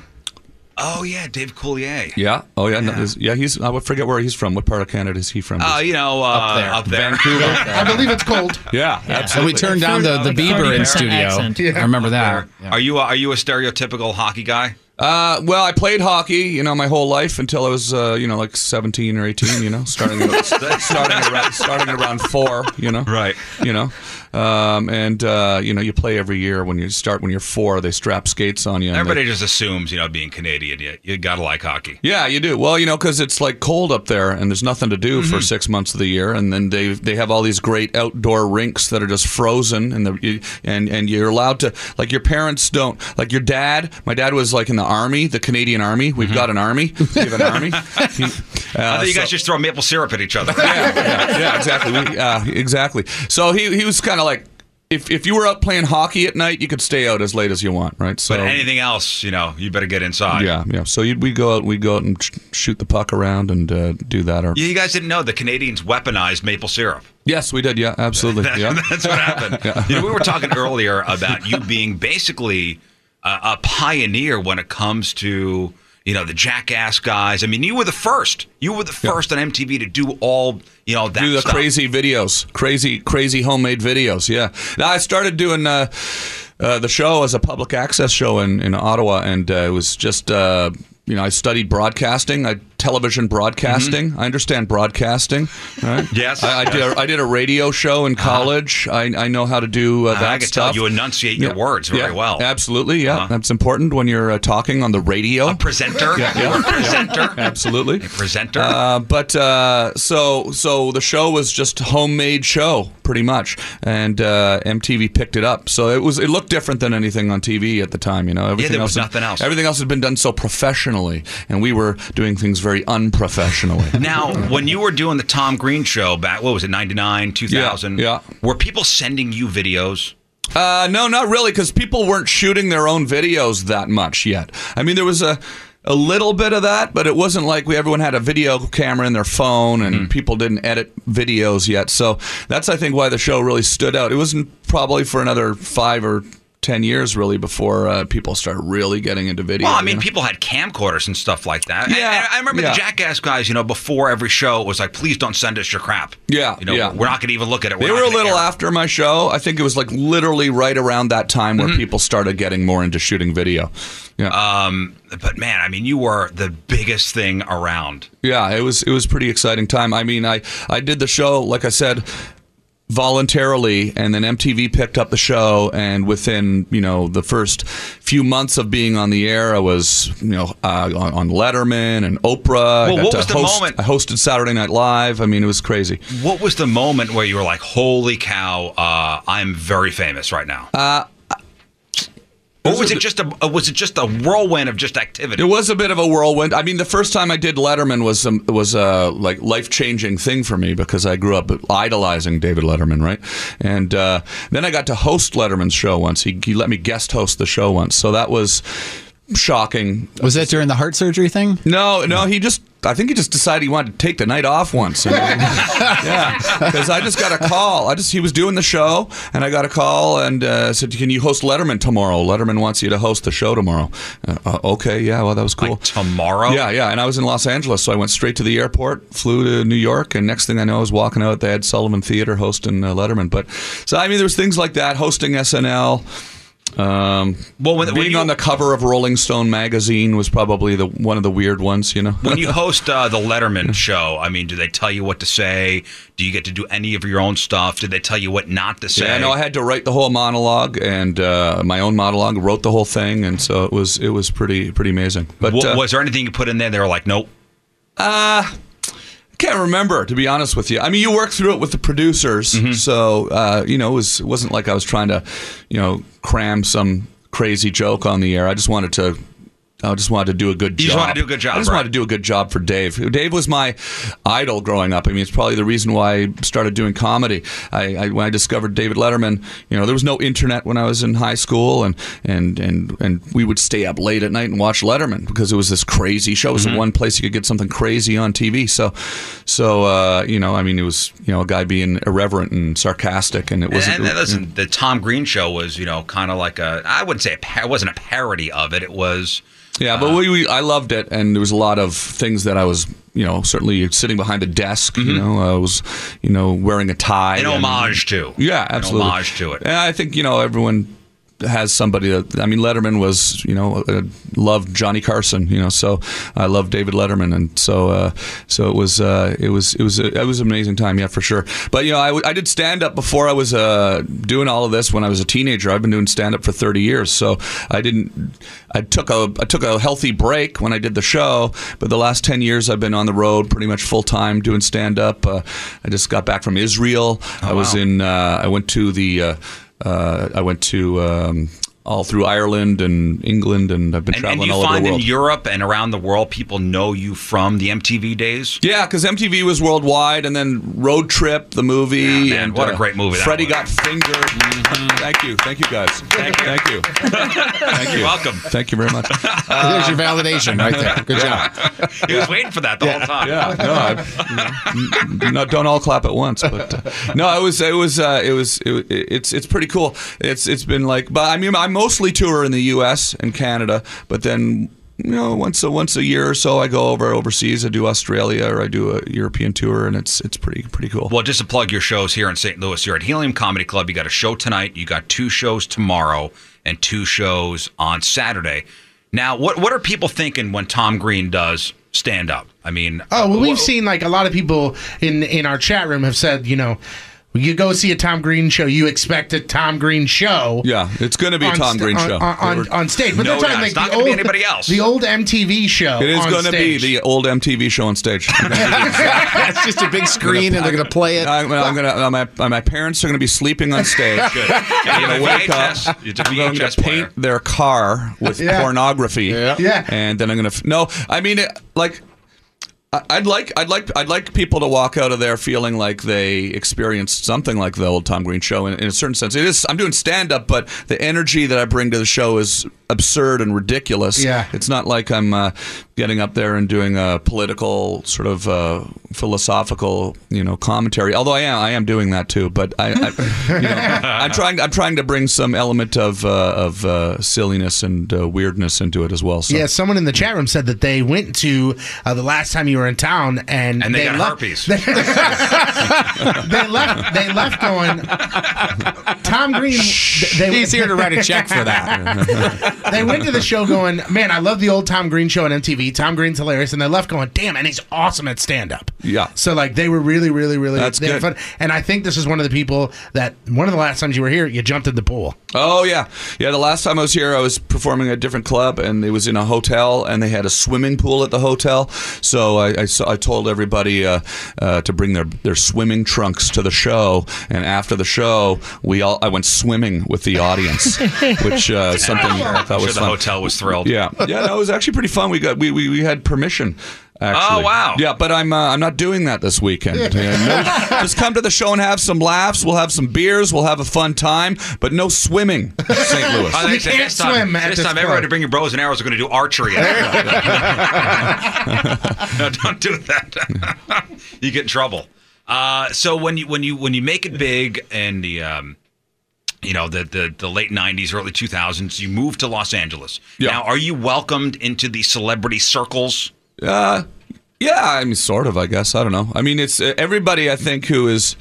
Oh yeah, Dave Coulier.
Yeah. Oh yeah. no, this- Yeah. He's. I forget where he's from. What part of Canada is he from?
Uh, you know, uh, up there.
Vancouver.
[laughs]
I believe it's cold.
Yeah,
And we
absolutely.
turned down the, the Bieber in studio. I remember that.
Are you a, are you a stereotypical hockey guy?
Uh, well, I played hockey, you know, my whole life until I was, uh, you know, like seventeen or eighteen, you know, starting
[laughs]
at- [laughs] starting around starting at around four, you know,
right,
you know, um, and uh, you know, you play every year when you start when you're four, they strap skates on you. and they-
Everybody just assumes, you know, being Canadian, you, you gotta like hockey.
yeah, you do. Well, you know, because it's like cold up there, and there's nothing to do for
Mhm.
six months of the year, and then they they have all these great outdoor rinks that are just frozen, and the you- and and you're allowed to like your parents don't like your dad. My dad was like in the army, the Canadian army. We've got
[laughs]
an army. We have an army. He-
Mm-hmm. I
uh,
thought you
so-
guys just throw maple syrup at each other.
[laughs] yeah, yeah, exactly. We, uh, exactly. So he he was kind of like. If, if you were out playing hockey at night, you could stay out as late as you want, right? So
But anything else, you know, you better get inside.
yeah, yeah. So you'd, we'd go out, we'd go out and sh- shoot the puck around and uh, do that. Or
You you guys didn't know the Canadians weaponized maple syrup.
yes, we did. Yeah,
[laughs]
absolutely.
That-
yeah,
That's what happened.
Yeah.
You know, we were talking earlier about you being basically a, a pioneer when it comes to you know, the jackass guys. I mean, you were the first. You were the first on MTV to do all, you know, that
[laughs] do the
stuff.
crazy videos, crazy, crazy homemade videos. Yeah. Now I started doing uh, uh, the show as a public access show in in Ottawa, and uh, it was just. Uh, you know, I studied broadcasting, I television broadcasting. I understand broadcasting. Right?
Mm-hmm. Yes. Uh-huh.
I, I did. A, I did a radio show in college. I, I know how to do uh,
I
that
could tell
stuff.
you enunciate your words very
yeah,
well.
Absolutely,
Uh-huh.
yeah, that's important when you're uh, talking on the radio. A
presenter,
yeah,
You
yeah,
were a presenter. [laughs]
absolutely, a
presenter.
Uh, but uh, so so the show was just homemade show, pretty much, and uh, MTV picked it up. So it was it looked different than anything on TV at the time. You know, everything
there was
else
nothing else.
Everything else had been done so professionally, and we were doing things very unprofessionally.
Now, when you were doing the Tom Green show back, what was it, 99, 2000? Yeah, Were people sending you videos?
Uh, no, not really, because people weren't shooting their own videos that much yet. I mean, there was a a little bit of that, but it wasn't like we everyone had a video camera in their phone,
Hmm.
and people didn't edit videos yet. So that's I think why the show really stood out. It wasn't probably for another five or ten years really before uh, people started really getting into video.
Well, I
you
mean,
know?
people had camcorders and stuff like that. And-
Yeah,
and I remember
yeah.
the Jackass guys, you know, before every show, it was like, please don't send us your crap.
Yeah,
You know,
yeah.
we're not going to even look at it.
They
not
were a
gonna
little
air it.
after my show. I think it was like literally right around that time
Mm-hmm.
where people started getting more into shooting video. Yeah.
Um, but man, I mean, you were the biggest thing around.
Yeah, it was it was pretty exciting time. I mean, I I did the show like I said voluntarily and then MTV picked up the show and within, you know, the first few months of being on the air, I was, you know, uh, on, on Letterman and Oprah. I
Well,
got
what
to
was the
host-
moment-
I hosted Saturday Night Live. I mean, it was crazy.
What was the moment where you were like, holy cow, uh, I'm very famous right now?
Uh,
or was it just a uh, was it just a whirlwind of just activity?
It was a bit of a whirlwind. I mean, the first time I did Letterman was um, was a like life changing thing for me because I grew up idolizing David Letterman, right? And uh, then I got to host Letterman's show once. He, he let me guest host the show once, so that was shocking.
Was that during the heart surgery thing?
No, no, he just. I think he just decided he wanted to take the night off
[laughs]
once. yeah, because I just got a call. I just he was doing the show, and I got a call and uh, said, "Can you host Letterman tomorrow? Letterman wants you to host the show tomorrow." Uh, uh, okay, yeah, well that was cool.
tomorrow?
Yeah, yeah. And I was in Los Angeles, so I went straight to the airport, flew to New York, and next thing I know, I was walking out. They had Sullivan Theater hosting uh, Letterman, but so I mean, there was things like that, hosting SNL. Um,
well, when,
being on the cover of Rolling Stone magazine was probably the one of the weird ones, you know.
When you host uh, the Letterman show, I mean, do they tell you what to say? Do you get to do any of your own stuff? Did they tell you what not to say?
Yeah, I know I had to write the whole monologue and uh, my own monologue, wrote the whole thing, and so it was it was pretty pretty amazing. But
Wa-
uh,
was there anything you put in there? They were like, nope.
Uh, I can't remember to be honest with you. I mean, you worked through it with the producers,
Mm-hmm.
so uh, you know it was it wasn't like I was trying to, you know, cram some crazy joke on the air. I just wanted to. I just wanted to do a good job.
You just wanted to do a good job,
I just wanted to do a good job for Dave. Dave was my idol growing up. I mean, it's probably the reason why I started doing comedy. I, I when I discovered David Letterman, you know, there was no internet when I was in high school, and and and and we would stay up late at night and watch Letterman because it was this crazy show. It
Mm-hmm.
was the one place you could get something crazy on TV. So, so uh, you know, I mean, it was you know a guy being irreverent and sarcastic, and it wasn't.
and, and listen, the Tom Green show was, you know, kind of like a, I wouldn't say a par- it wasn't a parody of it. It was,
Yeah,
Uh,
but we, we I loved it, and there was a lot of things that I was, you know, certainly sitting behind a desk. You know, I was, you know, wearing a tie.
Mm-hmm. An
and-
homage to.
Yeah,
An
absolutely.
homage to it.
And I think you know everyone has somebody that I mean, Letterman was, you know, uh, loved Johnny Carson. You know, so I love David Letterman, and so uh, so it was uh, it was it was a, it was an amazing time, yeah, for sure. But you know, I, w- I did stand up before I was uh, doing all of this when I was a teenager. I've been doing stand up for thirty years, so I didn't. I took a I took a healthy break when I did the show, but the last ten years I've been on the road pretty much full time doing stand up. Uh, I just got back from Israel.
Oh,
I was in. Uh, I went to the. Uh, uh, I went to. Um, all through Ireland and England, and I've been
and, and
traveling
you
all over
find
the
in
world.
Europe and around the world, people know you from the MTV days.
Yeah, because MTV was worldwide, and then Road Trip, the movie.
man,
and,
what a
uh,
great movie that
Freddie
was.
got fingered. Thank you, thank you guys. Thank
[laughs]
you, thank you, thank you. Uh,
You're welcome.
Thank you very much.
There's your validation right there. Good
Yeah.
job.
He was waiting for that the whole time.
Yeah, no, I, you know, n- not, don't all clap at once, but
[laughs]
uh, no, it was it was uh, it was it, wa- it's it's pretty cool. It's it's been like, but I mean, I mostly tour in the U.S. and Canada, but then you know, once a, once a year or so, I go over overseas. I do Australia or I do a European tour, and it's it's pretty pretty cool.
Well, just to plug your shows here in St. Louis, you're at Helium Comedy Club. You got a show tonight. You got two shows tomorrow and two shows on Saturday. Now, what what are people thinking when Tom Green does stand up? I mean,
Oh well, we've seen like a lot of people in in our chat room have said, you know, you go see a Tom Green show, you expect a Tom Green show.
Yeah, it's going to be a
on
Tom
st-
Green
on,
show
on, on, on stage. But
No
they're
doubt.
talking like
It's not
the
gonna
old
be anybody else.
The old MTV show.
It is
Oh, on
going to be
stage.
the old MTV show
[laughs]
on stage.
That's just a big
screen and they're going to play it. I'm, I'm gonna, uh, my, uh, my parents are going to be sleeping
[laughs]
on stage.
Good. Yeah, you
I'm going to
have a
wake up.
VHS.
I'm
It's a
going
VHS
to paint their car with
Yeah.
pornography.
Yeah.
And then I'm going to. F- no, I mean, it- like. I- I'd like, I'd like, I'd like people to walk out of there feeling like they experienced something like the old Tom Green show. In, in a certain sense, it is. I'm doing stand up, but the energy that I bring to the show is absurd and ridiculous.
Yeah.
It's not like I'm uh, getting up there and doing a political sort of uh, philosophical, you know, commentary. Although I am, I am doing that too. But I, I you know, I'm trying, I'm trying to bring some element of uh, of uh, silliness and uh, weirdness into it as well. So.
Yeah, someone in the chat room said that they went to uh, the last time you were in town, and
And they got
left, [laughs]
herpes.
They, they left. They left going. Tom Green. They,
He's here to write a check for that.
[laughs] they went to the show going, man, I love the old Tom Green show on MTV. Tom Green's hilarious, and they left going, damn, and he's awesome at stand up.
Yeah.
So like they were really, really, really
That's
they had
good.
fun. And I think this is one of the people that one of the last times you were here, you jumped in the pool.
Oh yeah, yeah. The last time I was here, I was performing at a different club, and it was in a hotel, and they had a swimming pool at the hotel. So I, I, saw- I told everybody uh, uh, to bring their, their swimming trunks to the show, and after the show, we all I went swimming with
[laughs]
the audience, [laughs] [laughs] which uh, something I
I'm
thought
sure
was
the
fun.
hotel was thrilled.
Yeah, yeah. No, it was actually pretty fun. We got we we, we had permission.
Oh,
Actually.
wow.
Yeah, but I'm uh, I'm not doing that this weekend. Yeah, no- just come to the show and have some laughs. We'll have some beers. We'll have a fun time, but no swimming, St. Louis.
I think that this time, this time everybody bring your bows and arrows. We're going to do archery.
[laughs]
[laughs] no, don't do that. [laughs] you get in trouble. Uh, so when you when you when you make it big and the um, you know the, the the late '90s, early 2000s, you move to Los Angeles. Now, are you welcomed into the celebrity circles?
Uh, yeah, I mean, sort of, I guess. I don't know. I mean, it's uh, everybody I think who is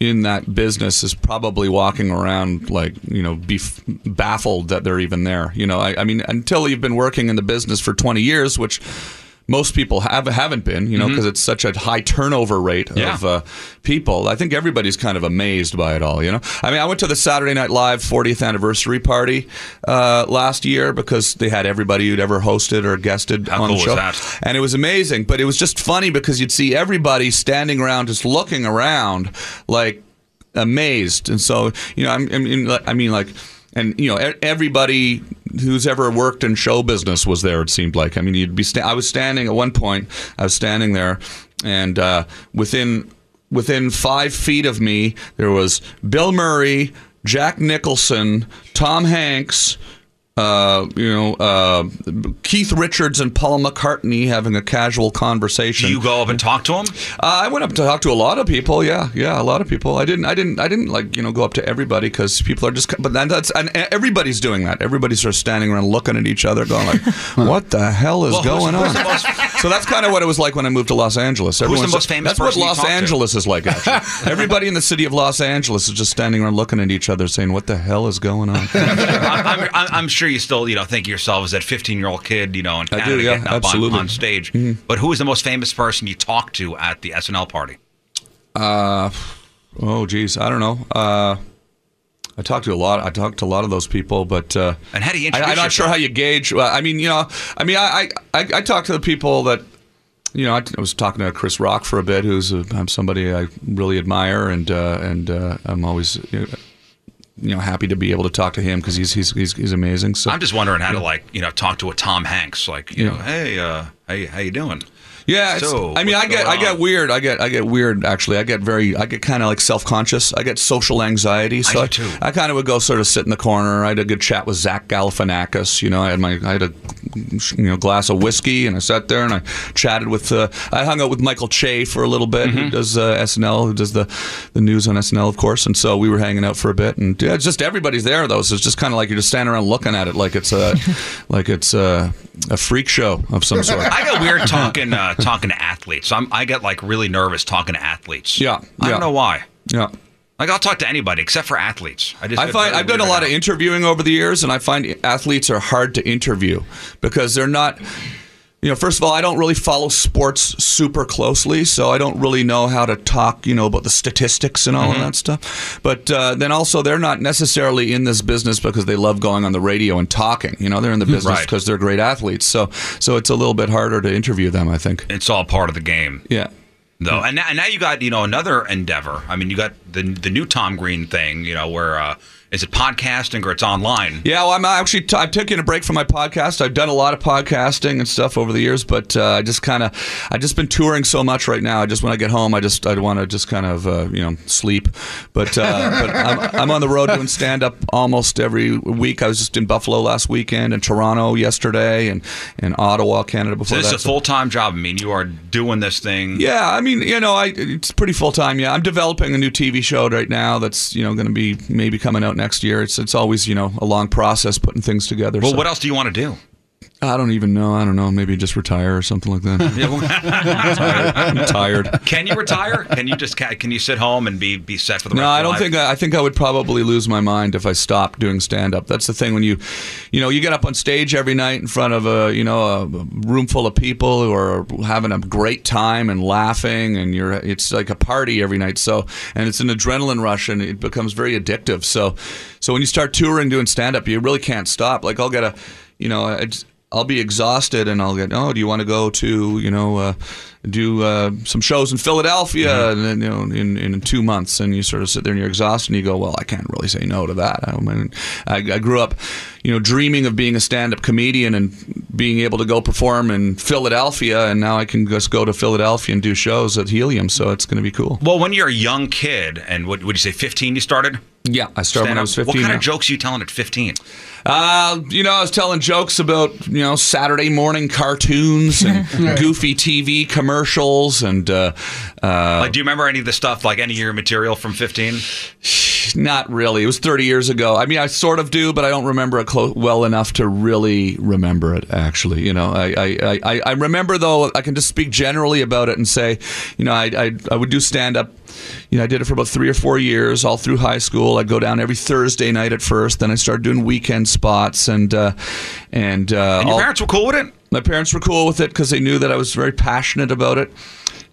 in that business is probably walking around like, you know, be baffled that they're even there. You know, I, I mean, until you've been working in the business for 20 years, which most people have, haven't been, you know,
Mhm.
because it's such a high turnover rate
Yeah.
of uh, people. I think everybody's kind of amazed by it all, you know? I mean, I went to the Saturday Night Live 40th anniversary party uh, last year because they had everybody who'd ever hosted or guested
How cool
on the
was
show.
that?
And it was amazing, but it was just funny because you'd see everybody standing around, just looking around, like amazed. And so, you know, I'm, I mean, like- I mean, like, and you know, e- everybody who's ever worked in show business was there. It seemed like. I mean, you'd be. Sta- I was standing at one point. I was standing there, and uh, within within five feet of me, there was Bill Murray, Jack Nicholson, Tom Hanks uh, you know, uh, Keith Richards and Paul McCartney having a casual conversation.
You go up and talk to them.
Uh, I went up to talk to a lot of people. Yeah, yeah, a lot of people. I didn't, I didn't, I didn't like you know go up to everybody because people are just. But then that's and everybody's doing that. Everybody's sort of standing around looking at each other,
[laughs]
going like, "What the hell
[laughs]
is
Well, who's-
going
who's the
on?"
most-
[laughs] so that's kind of what it was like when I moved to Los
Who's
Angeles.
the
Everyone's-
most famous
That's what
person you
Los
talked to?
Angeles is
[laughs]
like. Actually, everybody in the city of Los Angeles is just standing around looking at each other, saying, "What the hell is going on?"
I'm, I'm, I'm sure you still, you know, think of yourself as that 15 year old kid, you know, in
I do,
Canada
yeah,
getting up on,
absolutely. Mm-hmm.
on stage. But who was the most famous person you talked to at the SNL party?
Uh, oh, geez, I don't know. Uh, I talked to a lot. I talked to a lot of those people, but uh,
and how do you
I,
introduce
am not sure
yourself?
how you gauge. Well, I mean, you know, I mean, I I, I, I talk to the people that. You know, I, I was talking to Chris Rock for a bit, who's a, I'm somebody I really admire, and uh, and uh, I'm always you know, you know happy to be able to talk to him because he's, he's he's he's amazing. So
I'm just wondering how to like, you know, talk to a Tom Hanks, like, you
Yeah.
know, hey, uh, Hey, how you doing?
Yeah, it's,
So,
I mean,
what's
I get
going
I get
on?
weird. I get I get weird. Actually, I get very I get kind of like self conscious. I get social anxiety. So I, I kind of would go sort of sit in the corner. I had a good chat with Zach Galifianakis. You know, I had my I had a you know glass of whiskey and I sat there and I chatted with uh, I hung out with Michael Che for a little bit.
Mm-hmm.
Who does uh, SNL? Who does the the news on SNL, of course. And so we were hanging out for a bit. And yeah, it's just everybody's there though. So it's just kind of like you're just standing around looking at it like it's a
[laughs]
like it's a, a freak show of some sort.
I get weird talking uh, talking to athletes. I'm, I get like really nervous talking to athletes. Yeah, I
yeah.
don't know why.
Yeah.
Like I'll talk to anybody except for athletes. I just
I
get
find
very
I've done a
weirded
lot
out.
of interviewing over the years, and I find athletes are hard to interview because they're not. You know, first of all, I don't really follow sports super closely, so I don't really know how to talk. You know about the statistics and all
Mm-hmm.
Mhm.
of that stuff. But uh, then also, they're not necessarily in this business because they love going on the radio and talking. You know, they're in the business
Hmm, Right.
because they're great athletes. So, so it's a little bit harder to interview them. I think.
It's all part of the game.
Yeah.
though. And now, and now you got you know another endeavor. I mean, you got the the new Tom Green thing. You know where uh, is it podcasting or it's online?
Yeah, well, I'm actually t- I'm taking a break from my podcast. I've done a lot of podcasting and stuff over the years, but uh, I just kind of I just been touring so much right now. I just when I get home, I just I want to just kind of uh, you know sleep. But uh, but I'm, I'm on the road doing stand up almost every week. I was just in Buffalo last weekend and Toronto yesterday and and Ottawa, Canada
So
before
this
that.
is a full time job. I mean, you are doing this thing.
Yeah, I mean, you know, I it's pretty full time. Yeah, I'm developing a new TV show right now that's you know going to be maybe coming out next year. It's it's always you know a long process putting things together.
Well,
so-
what else do you want to do?
I don't even know. I don't know. Maybe just retire or something
[laughs]
like that.
Yeah, well-
I'm [laughs] tired.
Can you retire? Can you just ca- can you sit home and be be set for the rest
No,
of
I
your
don't
life?
think I, I think I would probably lose my mind if I stopped doing stand up. That's the thing when you, you know, you get up on stage every night in front of a you know a room full of people who are having a great time and laughing, and you're it's like a party every night. So and it's an adrenaline rush, and it becomes very addictive. So, so when you start touring doing stand up, you really can't stop. Like I'll get a, you know, it's I'll be exhausted and I'll get, oh, do you want to go to, you know, uh, do uh, some shows in Philadelphia and then, you know, in, in two months? And you sort of sit there and you're exhausted and you go, well, I can't really say no to that. I, mean, I, I grew up, you know, dreaming of being a stand up comedian and being able to go perform in Philadelphia. And now I can just go to Philadelphia and do shows at Helium. So it's going to be cool.
Well, when you're a young kid, and what would you say, 15? You started.
Yeah, I started when I was 15.
What kind
yeah.
of jokes are you telling at 15?
Uh, you know, I was telling jokes about you know Saturday morning cartoons and goofy TV commercials and uh, uh,
Like, do you remember any of the stuff, like any of your material from 15?
not really. It was 30 years ago. I mean, I sort of do, but I don't remember it clo- well enough to really remember it. Actually, you know, I I, I- I I remember though. I can just speak generally about it and say, you know, I I, I would do stand up. You know, I did it for about three or four years, all through high school. I'd go down every Thursday night at first. Then I started doing weekend spots and uh, and uh,
And your
all-
parents were cool with it.
my parents were cool with it because they knew that I was very passionate about it,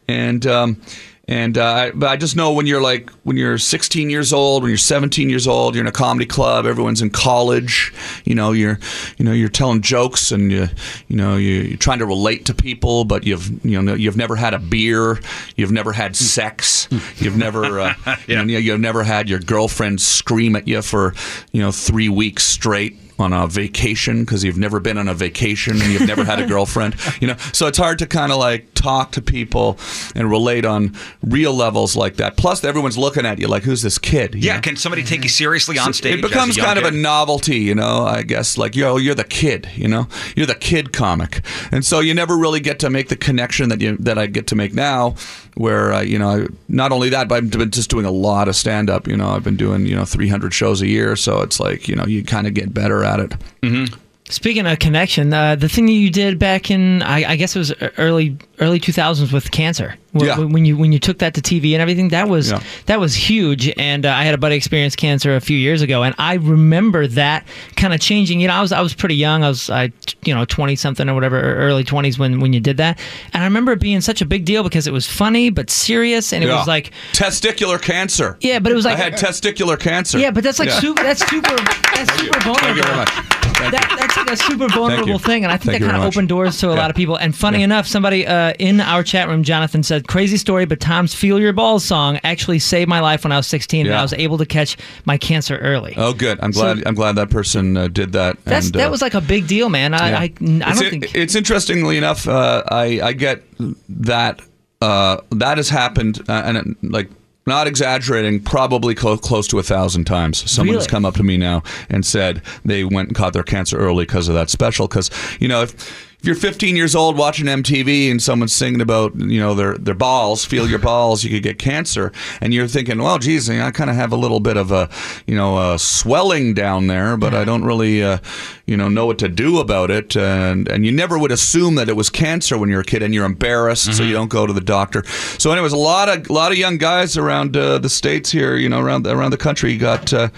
and um, and uh, I, but I just know when you're like when you're 16 years old, when you're 17 years old, you're in a comedy club, everyone's in college, you know, you're you know you're telling jokes and you you know you, you're trying to relate to people, but you've you know you've never had a beer, you've never had sex, you've never uh, you know, you've never had your girlfriend scream at you for you know three weeks straight on a vacation because you've never been on a vacation and you've never had a girlfriend you know so it's hard to kind of like talk to people and relate on real levels like that plus everyone's looking at you like who's this kid
Yeah. Can somebody take you seriously on stage?
it becomes kind of a novelty, you know. I guess like yo, you're the kid, you know, you're the kid comic, and so you never really get to make the connection that you that I get to make now, where uh, you know, I, not only that, but I've been just doing a lot of stand up. You know, I've been doing you know 300 shows a year, so it's like you know you kind of get better at it. Mm-hmm.
Speaking of connection, uh, the thing that you did back in, I, I guess it was e-, early early 2000s with cancer. Wh-
Yeah.
When you when you took that to TV and everything, that was that was huge. And uh, I had a buddy experience cancer a few years ago, and I remember that kind of changing. You know, I was I was pretty young. I was I you know 20 something or whatever, or early 20s when when you did that. And I remember it being such a big deal because it was funny but serious, and it was like
testicular cancer.
Yeah, but it was like-
I had testicular cancer.
yeah, but that's like
Yeah.
super. [laughs] That's super. That's super vulnerable.
Thank you very much. Thank you.
That, that's like a super vulnerable
you.
thing, and I think
Thank you
that kind
very
of
much.
opened doors to a lot of people. And funny enough, somebody uh, uh, in our chat room, Jonathan said, "Crazy story, but Tom's Feel Your Balls song actually saved my life when I was 16, and
Yeah.
I was able to catch my cancer early."
Oh, good. I'm glad. I'm glad that person uh, did that.
That's
and, uh,
that was like a big deal, man. I
Yeah.
I, I don't
it's,
think
it's interestingly enough. Uh, I I get that uh, that has happened, uh, and uh, like not exaggerating, probably clo- close to a thousand times. Someone has
Really?
come up to me now and said they went and caught their cancer early because of that special. Because you know if. If you're 15 years old watching MTV and someone's singing about you know their their balls, feel your balls, you could get cancer, and you're thinking, well, geez, I kind of have a little bit of a you know a swelling down there, but I don't really uh, you know know what to do about it, and and you never would assume that it was cancer when you're a kid, and you're embarrassed, so
Mm-hmm.
you don't go to the doctor. So, anyways, a lot of a lot of young guys around uh, the states here, you know, around around the country got. Uh,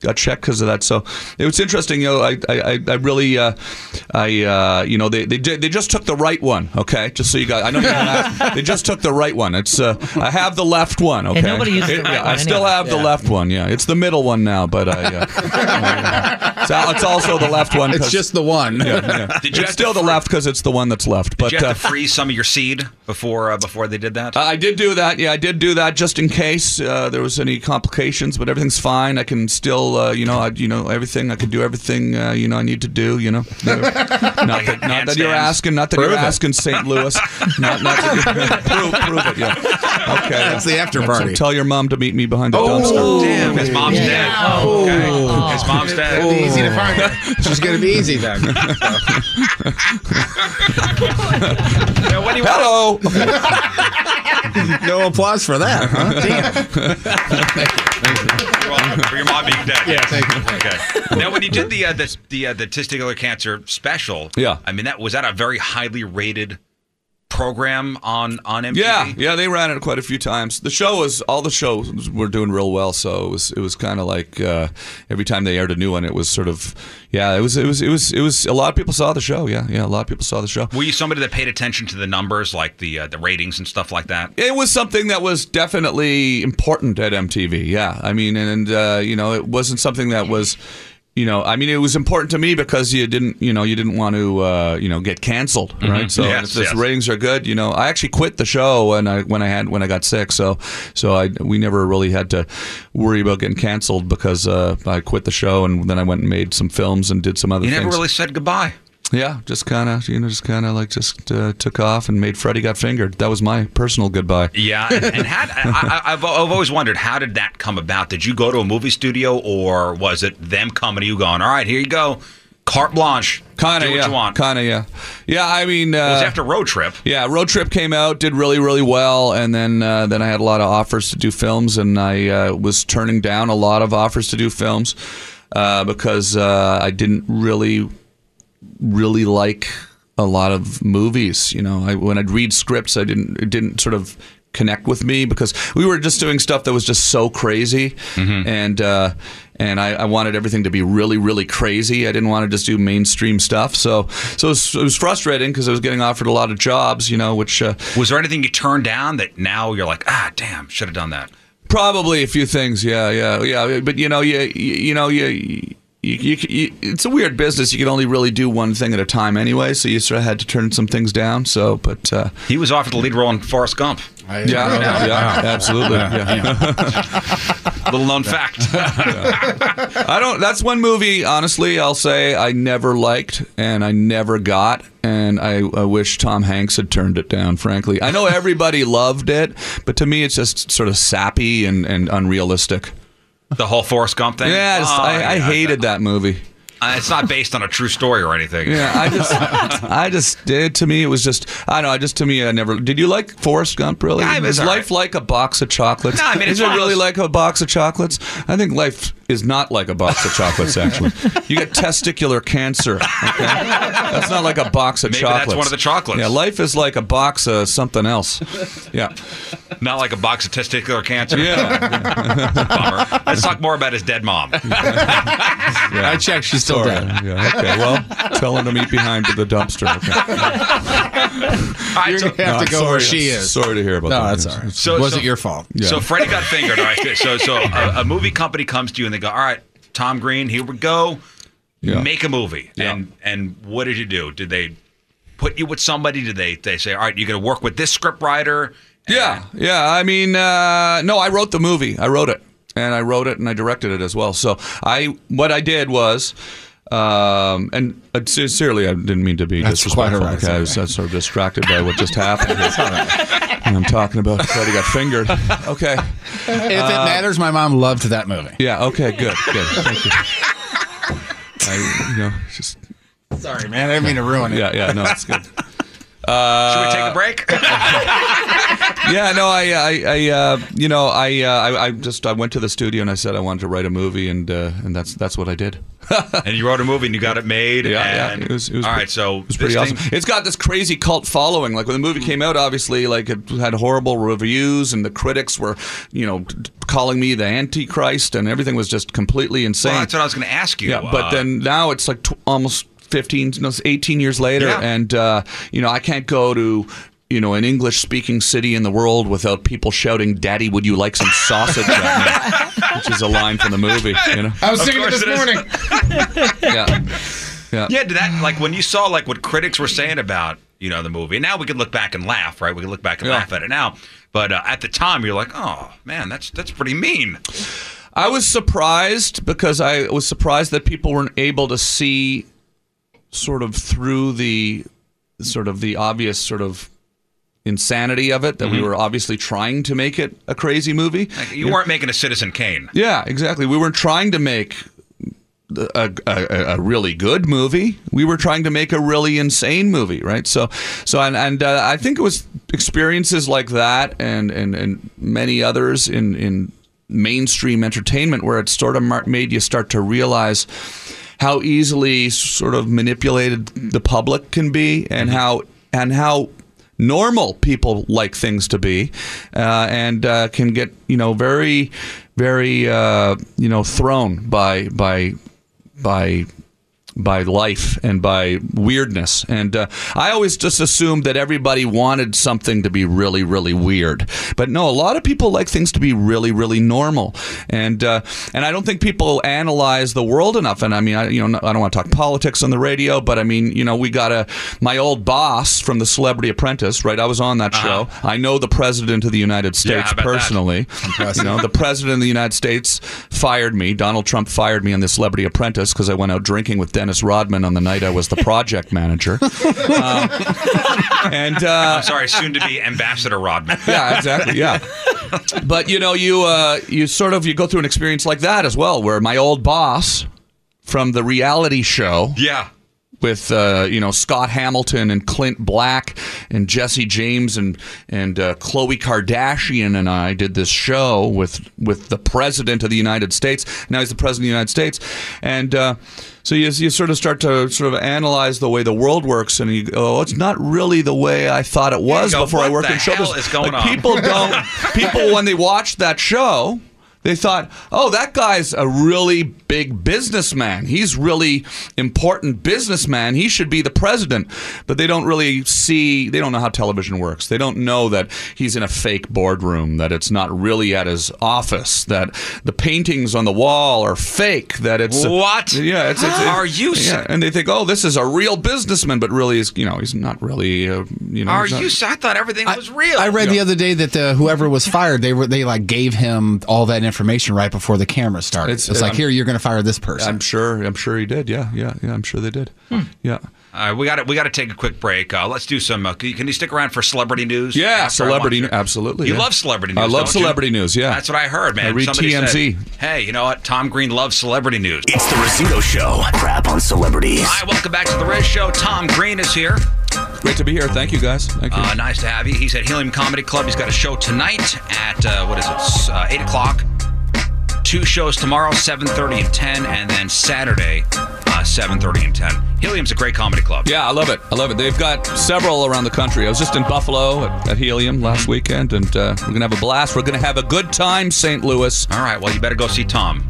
got checked because of that. So it was interesting. You know, I I, I- I really uh, I uh, you know they they did, they just took the right one. Okay, just so you guys, I know you don't
[laughs]
ask, they just took the right one. It's uh, I have the left one.
And
Okay,
nobody uses the
It-
right
yeah,
one
I still
anyway.
have the
Yeah.
left one. Yeah, it's the middle one now, but I. Uh,
[laughs]
it's al- it's also the left one.
It's
'cause-
just the one.
Yeah, yeah.
Did you have
It's
to
still the left because it's the one that's left. But
Did you have
uh,
to freeze some of your seed before uh, before they did that?
I did do that. Yeah, I did do that just in case uh, there was any complications. But everything's fine. I can still, uh, you know, I, you know, everything. I could do everything. Uh, you know, I need to do.
[laughs]
You know, not that, not that you're
handstands.
asking. Not that
Prove
you're
it.
asking St. Louis. not, not that
[laughs]
you're, prove, prove it. Yeah. Okay.
That's the after
So
party.
tell your mom to meet me behind the
Oh,
dumpster.
damn, his mom's Yeah. dead. Oh, okay. Oh. His mom's dead. That'd be easy to find
She's gonna be easy then.
Now, what do you
Hello.
[laughs]
no applause for that, huh?
want for your mom being dead?
Yeah, thank you.
Okay. Now, when you did the uh, the the, uh, the testicular cancer special,
Yeah.
I mean that was that a very highly rated program on on MTV.
Yeah, yeah, they ran it quite a few times. The show was all the shows were doing real well, so it was it was kind of like uh, every time they aired a new one, it was sort of yeah, it was it was it was it was a lot of people saw the show. Yeah, yeah, a lot of people saw the show.
Were you somebody that paid attention to the numbers, like the uh, the ratings and stuff like that?
It was something that was definitely important at MTV. Yeah, I mean, and uh, you know, it wasn't something that was. You know, I mean, it was important to me because you didn't, you know, you didn't want to, uh, you know, get canceled,
Mm-hmm.
Mhm.
right? So
Yes,
if the
yes.
ratings are good, you know, I actually quit the show when I when I had when I got sick, so so I we never really had to worry about getting canceled because uh, I quit the show and then I went and made some films and did some other
You
things.
never really said goodbye.
Yeah, just kind of, you know, just kind of like just uh, took off and made Freddie got fingered. That was my personal goodbye.
Yeah, and, and had I, I, I've I've always wondered how did that come about? Did you go to a movie studio, or was it them coming to you going, "All right, here you go, carte blanche,
[laughs] Kinda,
do what
yeah.
you want"?
Kinda, yeah. Yeah, I mean, uh,
it was after Road Trip.
yeah, Road Trip came out, did really, really well, and then uh, then I had a lot of offers to do films, and I uh, was turning down a lot of offers to do films uh, because uh, I didn't really, really like a lot of movies. You know, I, when I'd read scripts, I didn't it didn't sort of connect with me because we were just doing stuff that was just so crazy
Mm-hmm.
and uh and I, I wanted everything to be really really crazy i didn't want to just do mainstream stuff so so it was, it was frustrating because i was getting offered a lot of jobs you know which uh,
Was there anything you turned down that now you're like, ah, damn, should have done that?
Probably a few things. Yeah, yeah, yeah. But you know, you you, you know, you. you you, you, it's a weird business. You can only really do one thing at a time, anyway. So you sort of had to turn some things down. So, but uh,
He was offered the lead role in Forrest Gump.
yeah, yeah, absolutely. yeah.
[laughs] Little known
[laughs]
fact.
I don't. That's one movie, honestly. I'll say I never liked and I never got, and I, I wish Tom Hanks had turned it down. Frankly, I know everybody [laughs] loved it, but to me, it's just sort of sappy and, and unrealistic.
The whole Forrest Gump thing.
Yeah, it's-
Oh,
I, I
yeah.
hated that movie.
Uh, it's not based on a true story or anything.
Yeah,
[laughs]
I just, I just did. To me, it was just, I don't know. I just to me, I never. Did you like Forrest Gump? Really?
Yeah, it was
is
all
life like a box of chocolates?
No, I mean, it's
is it
one of
really
those-
like a box of chocolates? I think life is not like a box of chocolates. Actually, you get testicular cancer. Okay? That's not like a box of
Maybe that's
chocolates.
one of the chocolates.
Yeah, life is like a box of something else.
[laughs]
Yeah.
Not like a box of testicular cancer.
Yeah.
[laughs] Bummer. Let's talk more about his dead mom.
I
checked. She's still
dead. okay. Well, tell him to meet behind the dumpster.
[laughs]
Okay.
You're gonna have
No,
to go
sorry,
where she is.
Sorry to hear about
no,
Oh,
that.
that's
Yes.
all right.
So-
was
so-
it your fault?
So Freddie
[laughs]
got fingered. All right. So so uh, a, a movie company comes to you and they go, "All right, Tom Green, here we go.
Yeah.
Make a movie." And and what did you do? Did they put you with somebody? Do they they say, all right, you're going to work with this scriptwriter?
Yeah, yeah. I mean, uh, no, I wrote the movie. I wrote it, and I wrote it, and I directed it as well. So I, what I did was, um, and uh, sincerely, I didn't mean to be
That's quite
disrespectful.
all right.
okay? I was uh, sort of distracted by what
[laughs]
just happened. And I'm talking about Freddie got fingered. Okay.
If it matters, my mom loved that movie.
Yeah. Okay.
[laughs]
Good. Uh, Good. Thank you. I, you know, just
Sorry, man. I didn't mean to ruin it.
Yeah. Yeah. No, it's good. Uh,
Should we take a
[laughs]
break? [laughs]
yeah, no, I, I, I uh, you know, I, uh, I, I just, I went to the studio and I said I wanted to write a movie, and uh, and that's that's what I did. [laughs]
and you wrote a movie and you got it made.
Yeah,
and,
yeah. It was, it was
all
pre-
right, so
it was pretty awesome. It's got this crazy cult following. Like when the movie came out, obviously, like it had horrible reviews, and the critics were, you know, t- calling me the Antichrist, and everything was just completely insane.
Well, that's what I was going to ask you.
Yeah,
Uh,
but then now it's like tw- almost 15, no, it's 18 years later,
Yeah.
and uh, you know I can't go to. You know, an English-speaking city in the world without people shouting, "Daddy, would you like some sausage?" at
[laughs]
me?" Which is a line from the movie. You know,
I was Of singing it course this it is. morning.
[laughs] yeah, yeah.
Yeah, did that like when you saw like what critics were saying about you know the movie? And now we can look back and laugh, right? We can look back and laugh at it now. But uh, at the time, you're like, oh man, that's that's pretty mean.
I was surprised because I was surprised that people weren't able to see sort of through the sort of the obvious sort of insanity of it that we
Mhm.
were obviously trying to make it a crazy movie.
Like, you
Yeah.
weren't making a Citizen Kane.
Yeah, exactly. We weren't trying to make the- a, a, a really good movie. We were trying to make a really insane movie, right? So, so, and, and uh, I think it was experiences like that, and and and many others in in mainstream entertainment, where it sort of mar- made you start to realize how easily sort of manipulated the public can be, and how and how normal people like things to be, uh, and uh, can get you know very, very uh, you know thrown by by by by life and by weirdness. And uh, I always just assumed that everybody wanted something to be really, really weird. But no, a lot of people like things to be really, really normal. And uh, and I don't think people analyze the world enough. And I mean, I, you know, I don't want to talk politics on the radio, but I mean, you know, we got a my old boss from the Celebrity Apprentice, right? I was on that show. I know the president of the United
Uh-huh. Yeah,
States
how about that?
personally. You know, the president of the United States fired me. Donald Trump fired me on the Celebrity Apprentice because I went out drinking with Dennis Rodman on the night I was the
[laughs]
project manager. Um, and uh,
I'm sorry, soon to
[laughs]
be Ambassador Rodman.
yeah, exactly. Yeah, but you know, you uh, you sort of you go through an experience like that as well, where my old boss from the reality show,
yeah,
with uh, you know Scott Hamilton and Clint Black and Jesse James and and uh, Khloe Kardashian and I did this show with with the president of the United States. Now he's the president of the United States, and uh, so you you sort of start to sort of analyze the way the world works, and you go, oh, it's not really the way I thought it was
You go,
before I
what
worked
the
in show
hell
business."
is going
Like,
on? [laughs]
People don't people when they watched that show they thought oh that guy's a really big businessman he's really important businessman he should be the president but they don't really see they don't know how television works they don't know that he's in a fake boardroom that it's not really at his office that the paintings on the wall are fake that
[laughs]
it's
What?
yeah it's,
[gasps]
it's,
Are you
yeah,
ser-
and they think oh this is a real businessman but really is you know he's not really uh, you know
Are
he's not-
you? I thought everything was real.
I read the other day that the whoever was fired, they were they like gave him all that information right before the camera started. It's, like
I'm-
here you're going to fire this person.
I'm sure. I'm sure he did. Yeah, yeah, yeah. I'm sure they did. Yeah.
All right, we got to we got to take a quick break. Uh, let's do some. Uh, can you- can you stick around for celebrity news?
Yeah,
After I
celebrity.
watch
News.
it.
Absolutely.
You
yeah.
love celebrity news.
I love
don't you?
celebrity news. Yeah.
That's what I heard, man.
I read
Somebody said,
TMZ.
hey, you know what? Tom Green loves celebrity news.
It's the Rizzuto Show. Crap on celebrities.
Hi, welcome back to the Red Show. Tom Green is here.
Great to be here. Thank you, guys. Thank you.
Uh, nice to have you. He's at Helium Comedy Club. He's got a show tonight at uh, what is it? S- Uh, Eight o'clock. Two shows tomorrow, seven thirty and ten, and then Saturday, uh, seven thirty and ten. Helium's a great comedy club.
Yeah, I love it. I love it. They've got several around the country. I was just in Buffalo at, at Helium last
Mm-hmm.
weekend, and uh, we're gonna have a blast. We're gonna have a good time, St. Louis.
All right. Well, you better go see Tom.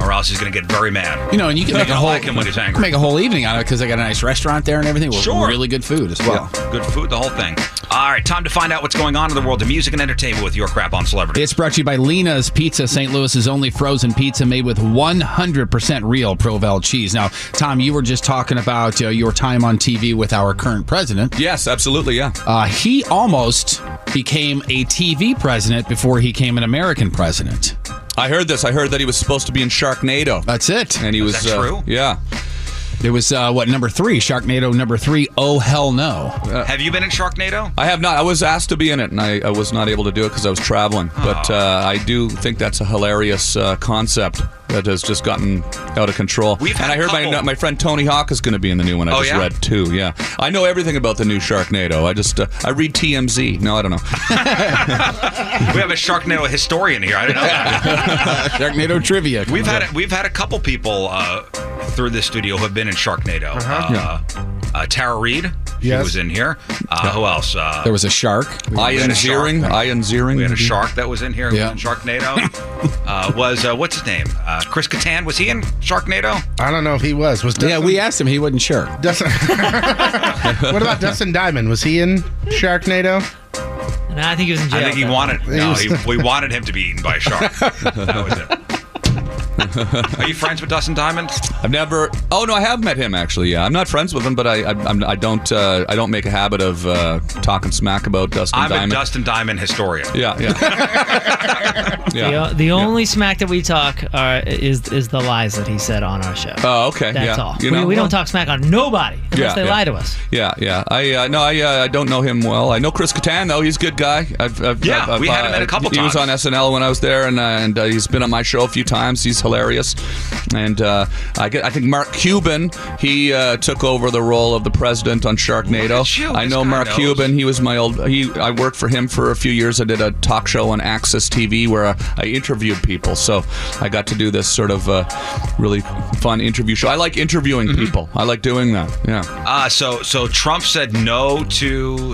or else he's going to get very mad.
You know, and you can make
[laughs]
You're
a
gonna
whole
like him when he's angry.
make a whole evening out of it because they got a nice restaurant there and everything. With
Sure.
really good food as well.
Yeah, Good food, the whole thing. All right, time to find out what's going on in the world of music and entertainment with your crap on celebrity.
It's brought to you by Lena's Pizza, St. Louis's only frozen pizza made with 100% real Provel cheese. Now, Tom, you were just talking about uh, your time on TV with our current president.
Yes, absolutely, yeah.
Uh, he almost became a TV president before he became an American president.
I heard this. I heard that he was supposed to be in Sharknado.
That's it.
And he was, uh, Yeah.
It was uh, what number three? Sharknado number three. Oh hell no!
Have you been in Sharknado?
I have not. I was asked to be in it, and I, I was not able to do it because I was traveling.
Oh.
But uh, I do think that's a hilarious uh, concept that has just gotten out of control.
We've had
and I
a
heard my
couple.
my friend Tony Hawk is going to be in the new one. I
Oh,
just
yeah?
read too. Yeah, I know everything about the new Sharknado. I just uh, I read TMZ. No, I don't know.
we have a Sharknado historian here. I didn't know
[laughs]
that.
Sharknado trivia.
We've had a, we've had a couple people uh, through this studio who have been in Sharknado. uh
Uh-huh.
uh, Tara Reid, she
Yes.
was in here. Uh, Who else? Uh,
There was a shark.
Ian Ziering.
Ian Ziering.
We had a shark that was in here.
Yeah.
Yeah. In Sharknado. uh, was uh, what's his name? Uh, Chris Kattan. Was he in Sharknado?
I don't know if he was. Was Dustin,
yeah? We asked him. He wasn't sure.
Dustin, [laughs] what about Dustin Diamond? Was he in Sharknado?
I think he was in jail.
I think he
though.
wanted.
He
No,
was-
he, we wanted him to be eaten by a
[laughs]
shark. that was it. [laughs] Are you friends with Dustin Diamond?
I've never. Oh no, I have met him actually. Yeah, I'm not friends with him, but I I, I'm, I don't uh, I don't make a habit of uh, talking smack about Dustin
I'm
Diamond.
a Dustin Diamond historian.
yeah,
[laughs]
yeah. Yeah.
The, the only smack that we talk are, is is the lies that he said on our show.
Oh, okay.
That's
yeah.
all.
You
we,
know?
we don't talk smack on nobody unless
Yeah,
they
yeah.
lie to
[laughs]
us.
Yeah, yeah. I uh, no, I uh, I don't know him well. I know Chris Kattan though. He's a good guy. I've, I've,
Yeah,
I've, uh,
we had him in a couple
he He was on SNL when I was there, and uh, and uh, he's been on my show a few times. He's hilarious, and uh, I get, I think Mark Cuban he uh, took over the role of the president on Sharknado.
you,
I
this
know
guy
Mark
knows.
Cuban. He was my old. He I worked for him for a few years. I did a talk show on Access TV where I, I interviewed people. So I got to do this sort of uh, really fun interview show. I like interviewing
Mm-hmm.
people. I like doing that. Yeah.
Uh, so so Trump said no to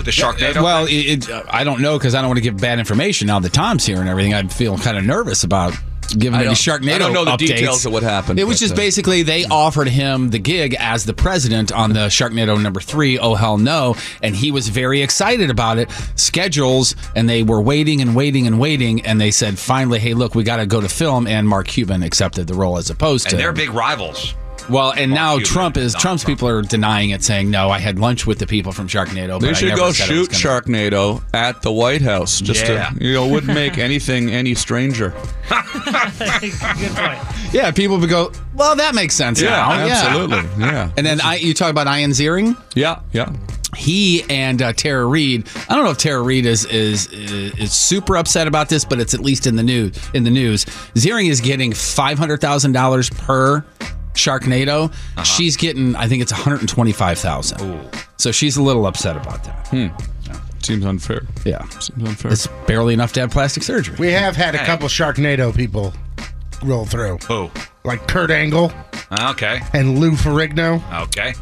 the Sharknado.
Well, it, it, I don't know because I don't want to give bad information now that Tom's here and everything. I feel kind of nervous about giving
I
any
don't-
Sharknado
I don't know the
updates.
details of what happened,
It was
but,
just
uh,
basically they offered him the gig as the president on the Sharknado number three. Oh hell no! And he was very excited about it. Schedules and they were waiting and waiting and waiting, and they said finally, "Hey, look, we got to go to film." And Mark Cuban accepted the role as opposed to
and they're big rivals.
well, and now
Cuban,
Trump is
Donald
Trump's people are denying it, saying no. I had lunch with the people from Sharknado. Oh, But
They
I
should
never
go
said I was
shoot Sharknado at the White House. Just
Yeah.
to, you know,
[laughs]
wouldn't make anything any stranger.
Yeah, people would go, well, that makes sense.
Yeah,
now.
absolutely.
[laughs]
Yeah.
And then I, you talk about Ian Ziering.
Yeah, yeah.
He and uh, Tara Reid. I don't know if Tara Reid is, is is is super upset about this, but it's at least in the news. In the news, Ziering is getting five hundred thousand dollars per Sharknado.
Uh-huh.
She's getting, I think it's one hundred twenty five thousand. So she's a little upset about that.
Hmm. Seems unfair.
Yeah,
Seems unfair.
it's barely enough to have plastic surgery.
We have had a
Hey.
couple Sharknado people roll through.
Who? Ah,
Like Kurt Angle
Okay.
and Lou Ferrigno.
Okay.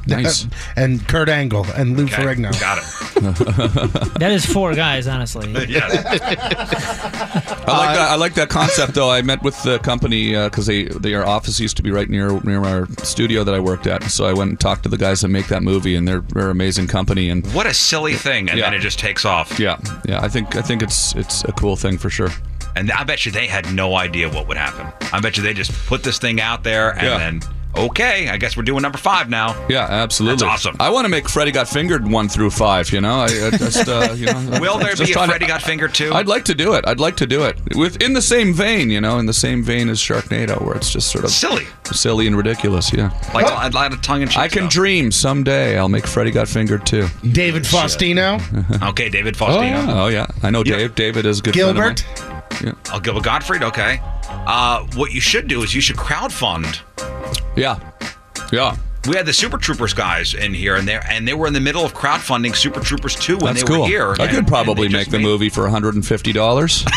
[laughs] and Kurt Angle and Lou Ferrigno.
Got it.
That is four guys,
[laughs]
honestly.
[laughs] I
Uh,
like that. I like that concept, though. I met with the company because they their office used to be right near near our studio that I worked at. So I went and talked to the guys that make that movie, and they're they're an amazing company. And
What a silly thing, and then it just takes off.
yeah, yeah. I think I think it's it's a cool thing for sure.
And I bet you they had no idea what would happen. I bet you they just put this thing out there and
Yeah.
then, okay, I guess we're doing number five now.
Yeah, uh, absolutely.
That's awesome.
I want to make Freddy Got Fingered one through five. You know, I, I just uh,
[laughs]
you know.
Will there
just
be a
trying to-
Freddy Got Finger too?
I'd like to do it. I'd like to do it with in the same vein, you know, in the same vein as Sharknado, where it's just sort of
silly,
silly and ridiculous. Yeah,
like I'd like a tongue in cheek.
I can dream someday. I'll make Freddy Got Fingered too.
David Faustino.
okay, David
Oh
Faustino.
yeah. Oh, yeah. I know Dave. David is a good. friend of mine. Yeah.
I'll go with Gottfried. Okay. Uh, what you should do is you should crowdfund.
Yeah. Yeah.
We had the Super Troopers guys in here, and they and they were in the middle of crowdfunding Super Troopers two when
That's
they
cool.
were here.
I
and-
could
and
probably
they
make
just
the
made-
movie for one hundred and fifty dollars.
[laughs]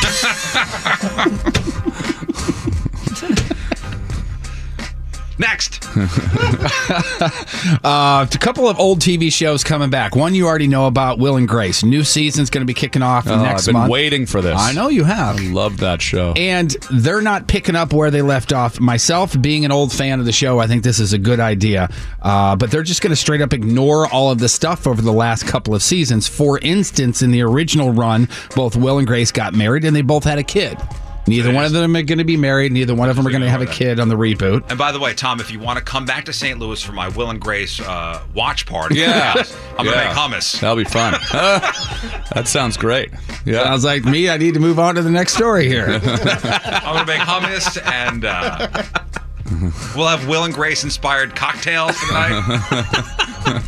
Next.
[laughs] Uh, a couple of old TV shows coming back. One you already know about, Will and Grace. New season's going to be kicking off
[laughs] Oh,
next
I've been
month.
waiting for this.
I know you have.
I love that show.
And they're not picking up where they left off. Myself, being an old fan of the show, I think this is a good idea. Uh, but they're just going to straight up ignore all of the stuff over the last couple of seasons. For instance, in the original run, both Will and Grace got married and they both had a kid. Neither one of them are going to be married. Neither one of them are going to have a kid on the reboot.
And by the way, Tom, if you want to come back to St. Louis for my Will and Grace uh, watch party,
Yeah.
I'm gonna
Yeah.
make
[laughs]
hummus.
That'll be fun. that sounds great. Yeah.
Sounds like me. I need to move on to the next story
[laughs]
here.
I'm gonna make hummus, and uh, we'll have Will and Grace inspired cocktails
[laughs]
tonight.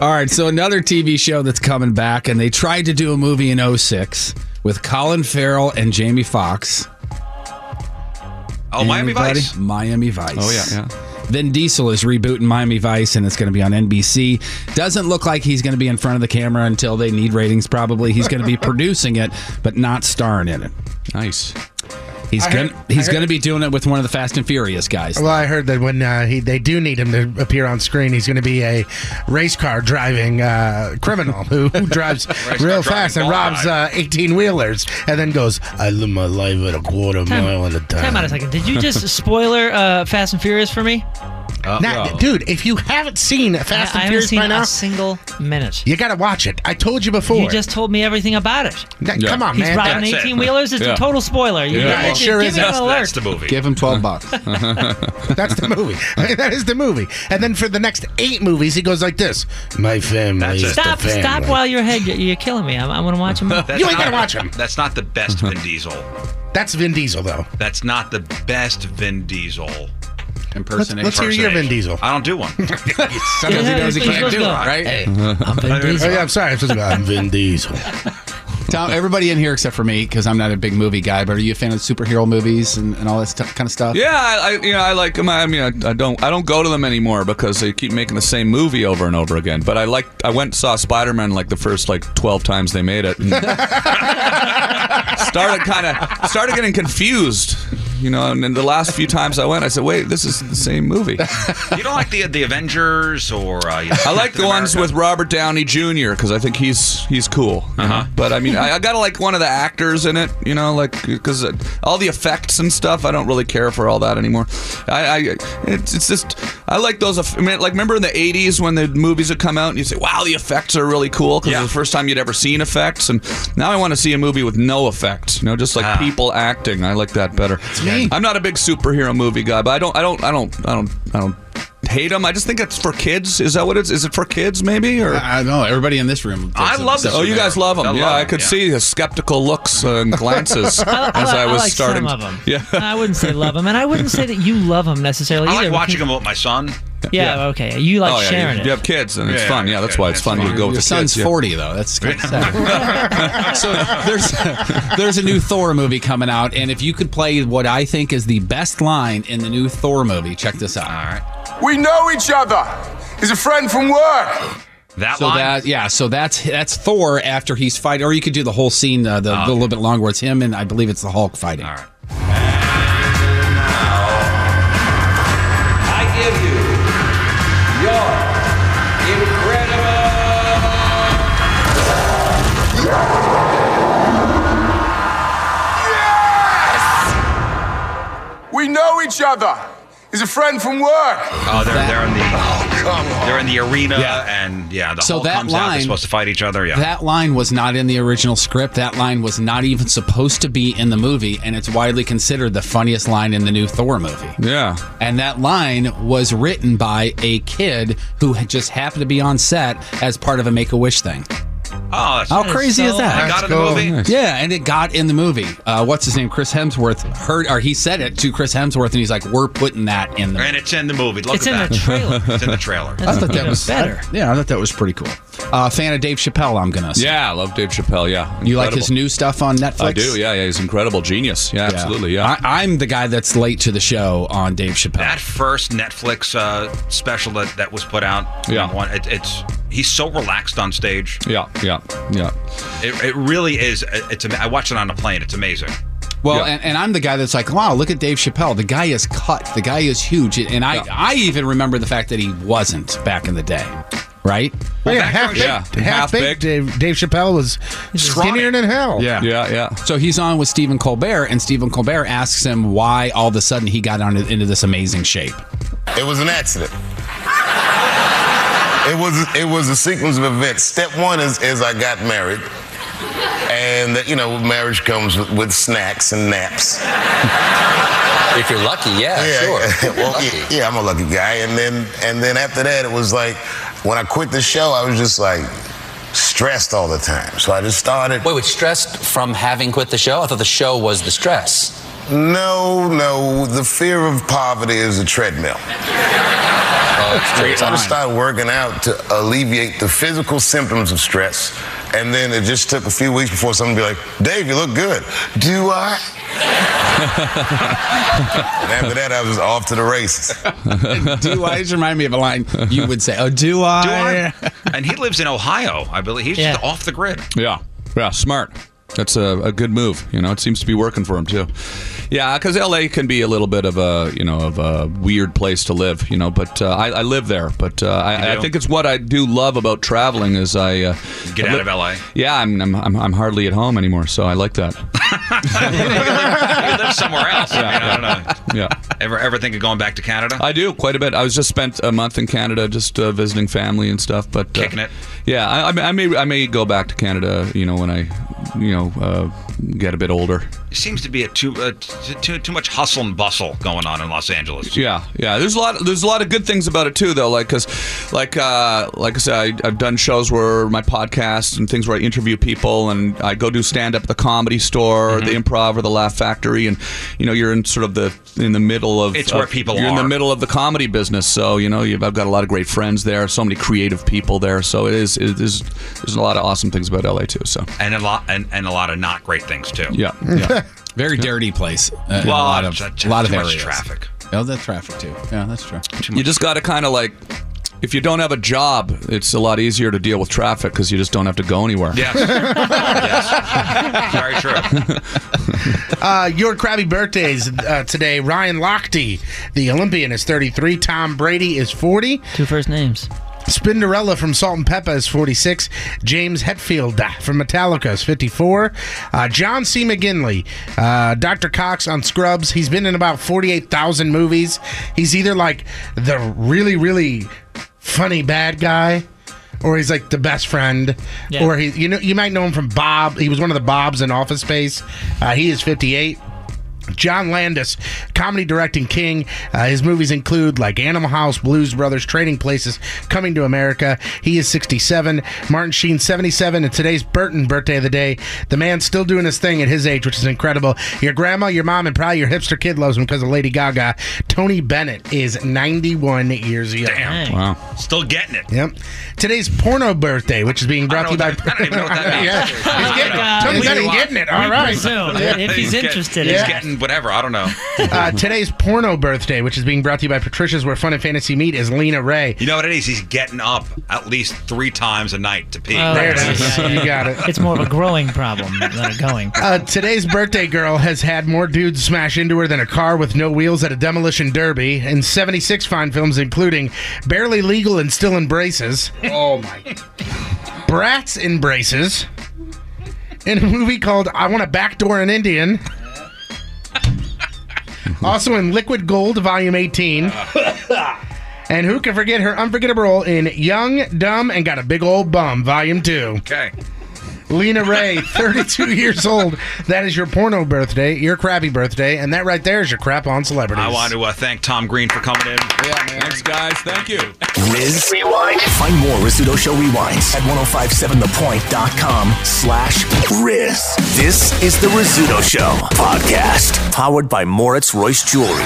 All right, so another TV show that's coming back, and they tried to do a movie in 06 with Colin Farrell and Jamie Foxx.
Oh, Miami
Anybody?
Vice.
Miami Vice.
Oh, yeah, yeah.
Vin Diesel is rebooting Miami Vice, and it's going to be on NBC. Doesn't look like he's going to be in front of the camera until they need ratings, probably. He's
[laughs]
going to be producing it, but not starring in it.
Nice.
He's
I
going
heard- I
he's
heard-
going to be doing it with one of the Fast and Furious guys.
Well, I heard that when uh, he they do need him to appear on screen, he's going to be a race car driving uh, criminal who,
[laughs]
who drives
Race car
real
driving
fast and
bald
robs
guy.
uh, eighteen wheelers, and then goes, "I live my life at a quarter
Time-
mile at a time."
Time out a second. Did
[laughs]
you just spoiler uh, Fast and Furious for me?
Nah, dude, if you haven't seen Fast
I- I
and
haven't
Furious
seen
by now,
a single minute.
you got to watch it. I told you before.
You just told me everything about it.
Nah, Yeah. come on,
He's
man.
riding
That's it.
18 wheelers. It's
Yeah.
a total spoiler. You
Yeah.
gotta
Yeah, it
give-
sure
give
is.
me an
That's-
alert.
that's the movie. Give
[laughs]
him 12 bucks. [laughs] That's the movie. [laughs] that is the movie. And then for the next eight movies, he goes like this: "My family is
Stop!
the family."
Stop! While you're ahead, you're, you're killing me. I'm, I want
[laughs]
to watch him.
You ain't gotta watch him.
That's not the best Vin Diesel.
That's Vin Diesel, though.
That's not the best Vin Diesel.
Impersonation. let's hear your Vin Diesel.
I don't do one.
[laughs] Sometimes he knows he can't do it,
right?
Hey,
[laughs]
I'm
Vin Diesel.
Oh, I'm sorry. I'm, supposed to go, I'm Vin Diesel.
Tom, everybody in here except for me, because I'm not a big movie guy, but are you a fan of superhero movies and, and all that stuff, kind of stuff?
Yeah, I, I you know I like 'em. I mean I, I don't I don't go to them anymore because they keep making the same movie over and over again. But I like I went and saw Spider Man like the first like twelve times they made it. And started kind of started getting confused, you know. And then the last few times I went, I said, "Wait, this is the same movie."
You don't like the the Avengers or uh, you know,
I like the
Captain
ones with Robert Downey Jr. because I think he's he's cool. you
Uh-huh.
know? But I mean, I, I gotta like one of the actors in it, you know, like because all the effects and stuff. I don't really care for all that anymore. I, I it's, it's just I like those. eff- I mean, like remember in the '80s when the movies would come out and you say, "Wow, the effects are really cool" because it was the first time you'd ever seen effects. And now I want to see a movie with no effects, you know, just
Ah.
like people acting. I like that better. I'm not a big superhero movie guy, but I don't, I don't, I don't, I don't, I don't hate them. I just think it's for kids. Is that what it is? Is it for kids maybe? Or
I, I don't know. Everybody in this room.
I love this. Oh, you guys love them. yeah, I could see the skeptical looks
[laughs]
uh, and glances
I- I
as
li-
I
I
was
like some
starting.
of 'em.
Yeah.
I wouldn't say love him, and I wouldn't say that you love him necessarily
I
either.
like watching them with my son.
Yeah, okay. You like
oh, yeah,
sharing
you,
it.
You have kids, and it's
Yeah,
fun. Yeah, that's why it's fun to go
Your
with the
son's
kids, yeah.
40 though. That's
[laughs]
kind of sad.
so
there's [laughs] there's a new Thor movie coming out, and if you could play what I think is the best line in the new Thor movie, check this out. All right.
We know each other. He's a friend from work.
That
so that yeah, so that's that's Thor after he's fighting, or you could do the whole scene, uh, the, the little bit longer where it's him and I believe it's the Hulk fighting. All right.
I give you your incredible. Yes! We know each other. He's a friend from work.
Oh, they're they're in the
Oh,
they're in the arena
Yeah.
and yeah, the
So
Hulk
that
comes out. They're
line-
supposed to fight each other. Yeah,
That line was not in the original script. That line was not even supposed to be in the movie, and it's widely considered the funniest line in the new Thor movie.
Yeah.
And that line was written by a kid who had just happened to be on set as part of a Make a Wish thing.
Oh, that's
How crazy is that?
I got in the movie.
Yeah, and it got in the movie. Uh, what's his name? Chris Hemsworth heard, or he said it to Chris Hemsworth, and he's like, "We're putting that in the."
And it's in the movie. Look
It's
at
in
that.
the trailer.
[laughs] it's in the trailer.
I thought that was yeah, I thought that was pretty cool. Uh, fan of Dave Chappelle, I'm gonna. Say.
Yeah, I love Dave Chappelle. Yeah,
You like
Incredible.
his new stuff on Netflix?
I do. Yeah, yeah, he's incredible genius. Yeah, absolutely. Yeah.
I, I'm the guy that's late to the show on Dave Chappelle.
That first Netflix uh, special that, that was put out.
Yeah.
one, it, it's he's so relaxed on stage.
Yeah, yeah, yeah.
It, it really is. It's. ama- I watched it on a plane. It's amazing.
Well, and, and I'm the guy that's like, wow, look at Dave Chappelle. The guy is cut. The guy is huge. And I, I even remember the fact that he wasn't back in the day, right?
Well, yeah, half baked. half baked. Dave, Dave Chappelle was skinnier than hell.
yeah, yeah. So he's on with Stephen Colbert, and Stephen Colbert asks him why all of a sudden he got on into this amazing shape.
It was an accident. It was it was a sequence of events. Step one is is I got married, and you know marriage comes with, with snacks and naps. [laughs] If you're lucky, yeah,
sure.
[laughs] well, yeah, yeah, I'm a lucky guy. And then and then after that, it was like when I quit the show, I was just like stressed all the time. So I just started.
Wait, wait, stressed from having quit the show? I thought the show was the stress.
No, no, the fear of poverty is
[laughs]
a treadmill.
Oh,
So I just started working out to alleviate the physical symptoms of stress. And then it just took a few weeks before someone would be like, Dave, you look good. Do I?
[laughs]
and after that, I was off to the races.
do I just remind me of a line you would say? Oh, do I?
Do I? [laughs] and he lives in Ohio, I believe. He's just off the grid.
Yeah, yeah, smart. That's a, a good move. You know, it seems to be working for him too. Yeah, because LA can be a little bit of a you know of a weird place to live. You know, but uh, I, I live there. But uh, I,
do?
I think it's what I do love about traveling is I uh,
Get
I
out
li-
of LA.
Yeah, I'm, I'm I'm I'm hardly at home anymore, so I like that.
He lives somewhere else. I mean, I don't know.
Yeah. [laughs]
Ever ever think of going back to Canada?
I do quite a bit. I was just spent a month in Canada, just uh, visiting family and stuff. But uh,
Kicking it.
Yeah, I, I may- I may I may go back to Canada. You know, when I you know uh, get a bit older.
There seems to be a too uh, t- too too much hustle and bustle going on in Los Angeles.
Yeah, yeah. There's a lot. There's a lot of good things about it too, though. Like, cause, like, uh, like I said, I, I've done shows where my podcasts and things where I interview people, and I go do stand up at the Comedy Store, or
Mm-hmm.
the Improv, or the Laugh Factory, and you know, you're in sort of the in the middle of
It's where
of-
people
You're in the
are.
middle of the comedy business, so you know, you've, I've got a lot of great friends there, so many creative people there. So it is. It is there's a lot of awesome things about LA too. So
And a lot and, and a lot of not great things too.
yeah, yeah.
Very dirty place. Uh,
Well,
in a lot of,
t- t-
a lot
too
of
much
areas.
traffic.
Oh, the traffic too. Yeah, that's true.
You just got to kind of like, if you don't have a job, it's a lot easier to deal with traffic because you just don't have to go anywhere.
Yes. [laughs] yes. Very true.
[laughs] Uh, your crabby birthdays uh, today. Ryan Lochte, the Olympian, is 33. Tom Brady is 40.
Two first names.
Spinderella from Salt and Peppa is 46. James Hetfield uh, from Metallica is 54. Uh, John C. McGinley, uh, Dr. Cox on Scrubs. He's been in about 48,000 movies. He's either like the really, really funny bad guy. Or he's like the best friend,
Yeah.
or he you know you might know him from Bob. He was one of the Bobs in Office Space. Uh, he is fifty eight. John Landis, comedy directing king. Uh, his movies include like Animal House, Blues Brothers, Trading Places, Coming to America. He is 67. Martin Sheen, 77. And today's Burton birthday of the day. The man's still doing his thing at his age, which is incredible. Your grandma, your mom, and probably your hipster kid loves him because of Lady Gaga. Tony Bennett is 91 years young.
Damn.
Wow.
Still getting it.
Yep. Today's porno birthday, which is being brought to you by.
I don't even [laughs] know what that means.
Yeah. He's getting it. Tony Bennett getting it. All right. Yeah.
get- he's getting whatever. I
[laughs]
don't know.
uh, today's porno birthday, which is being brought to you by Patricia's, where fun and fantasy meet, is Lena Ray.
You know what it is? He's getting up at least three times a night to pee.
Oh, There it is. yeah, yeah. You got it.
It's more of a growing problem than a going.
Uh, today's birthday girl has had more dudes smash into her than a car with no wheels at a demolition derby, and 76 fine films, including Barely Legal and Still Embraces. Oh my. Brats Embraces. In a movie called I Want to Backdoor
[laughs]
an Indian. also in Liquid Gold,
[laughs]
Volume 18. And who can forget her unforgettable role in Young, Dumb, and Got a Big Old Bum, Volume 2.
Okay. [laughs]
Lena Ray, 32 years old. That is your porno birthday, your crappy birthday, and that right there is your crap on celebrities.
I want to uh, thank Tom Green for coming in. Yeah, man. Thanks,
guys. Thank you.
Riz Rewind. Find more Rizzuto Show Rewinds at 1057thepoint.com slash Riz. This is the Rizzuto Show podcast, powered by Moritz Royce Jewelry.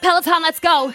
Peloton, let's go!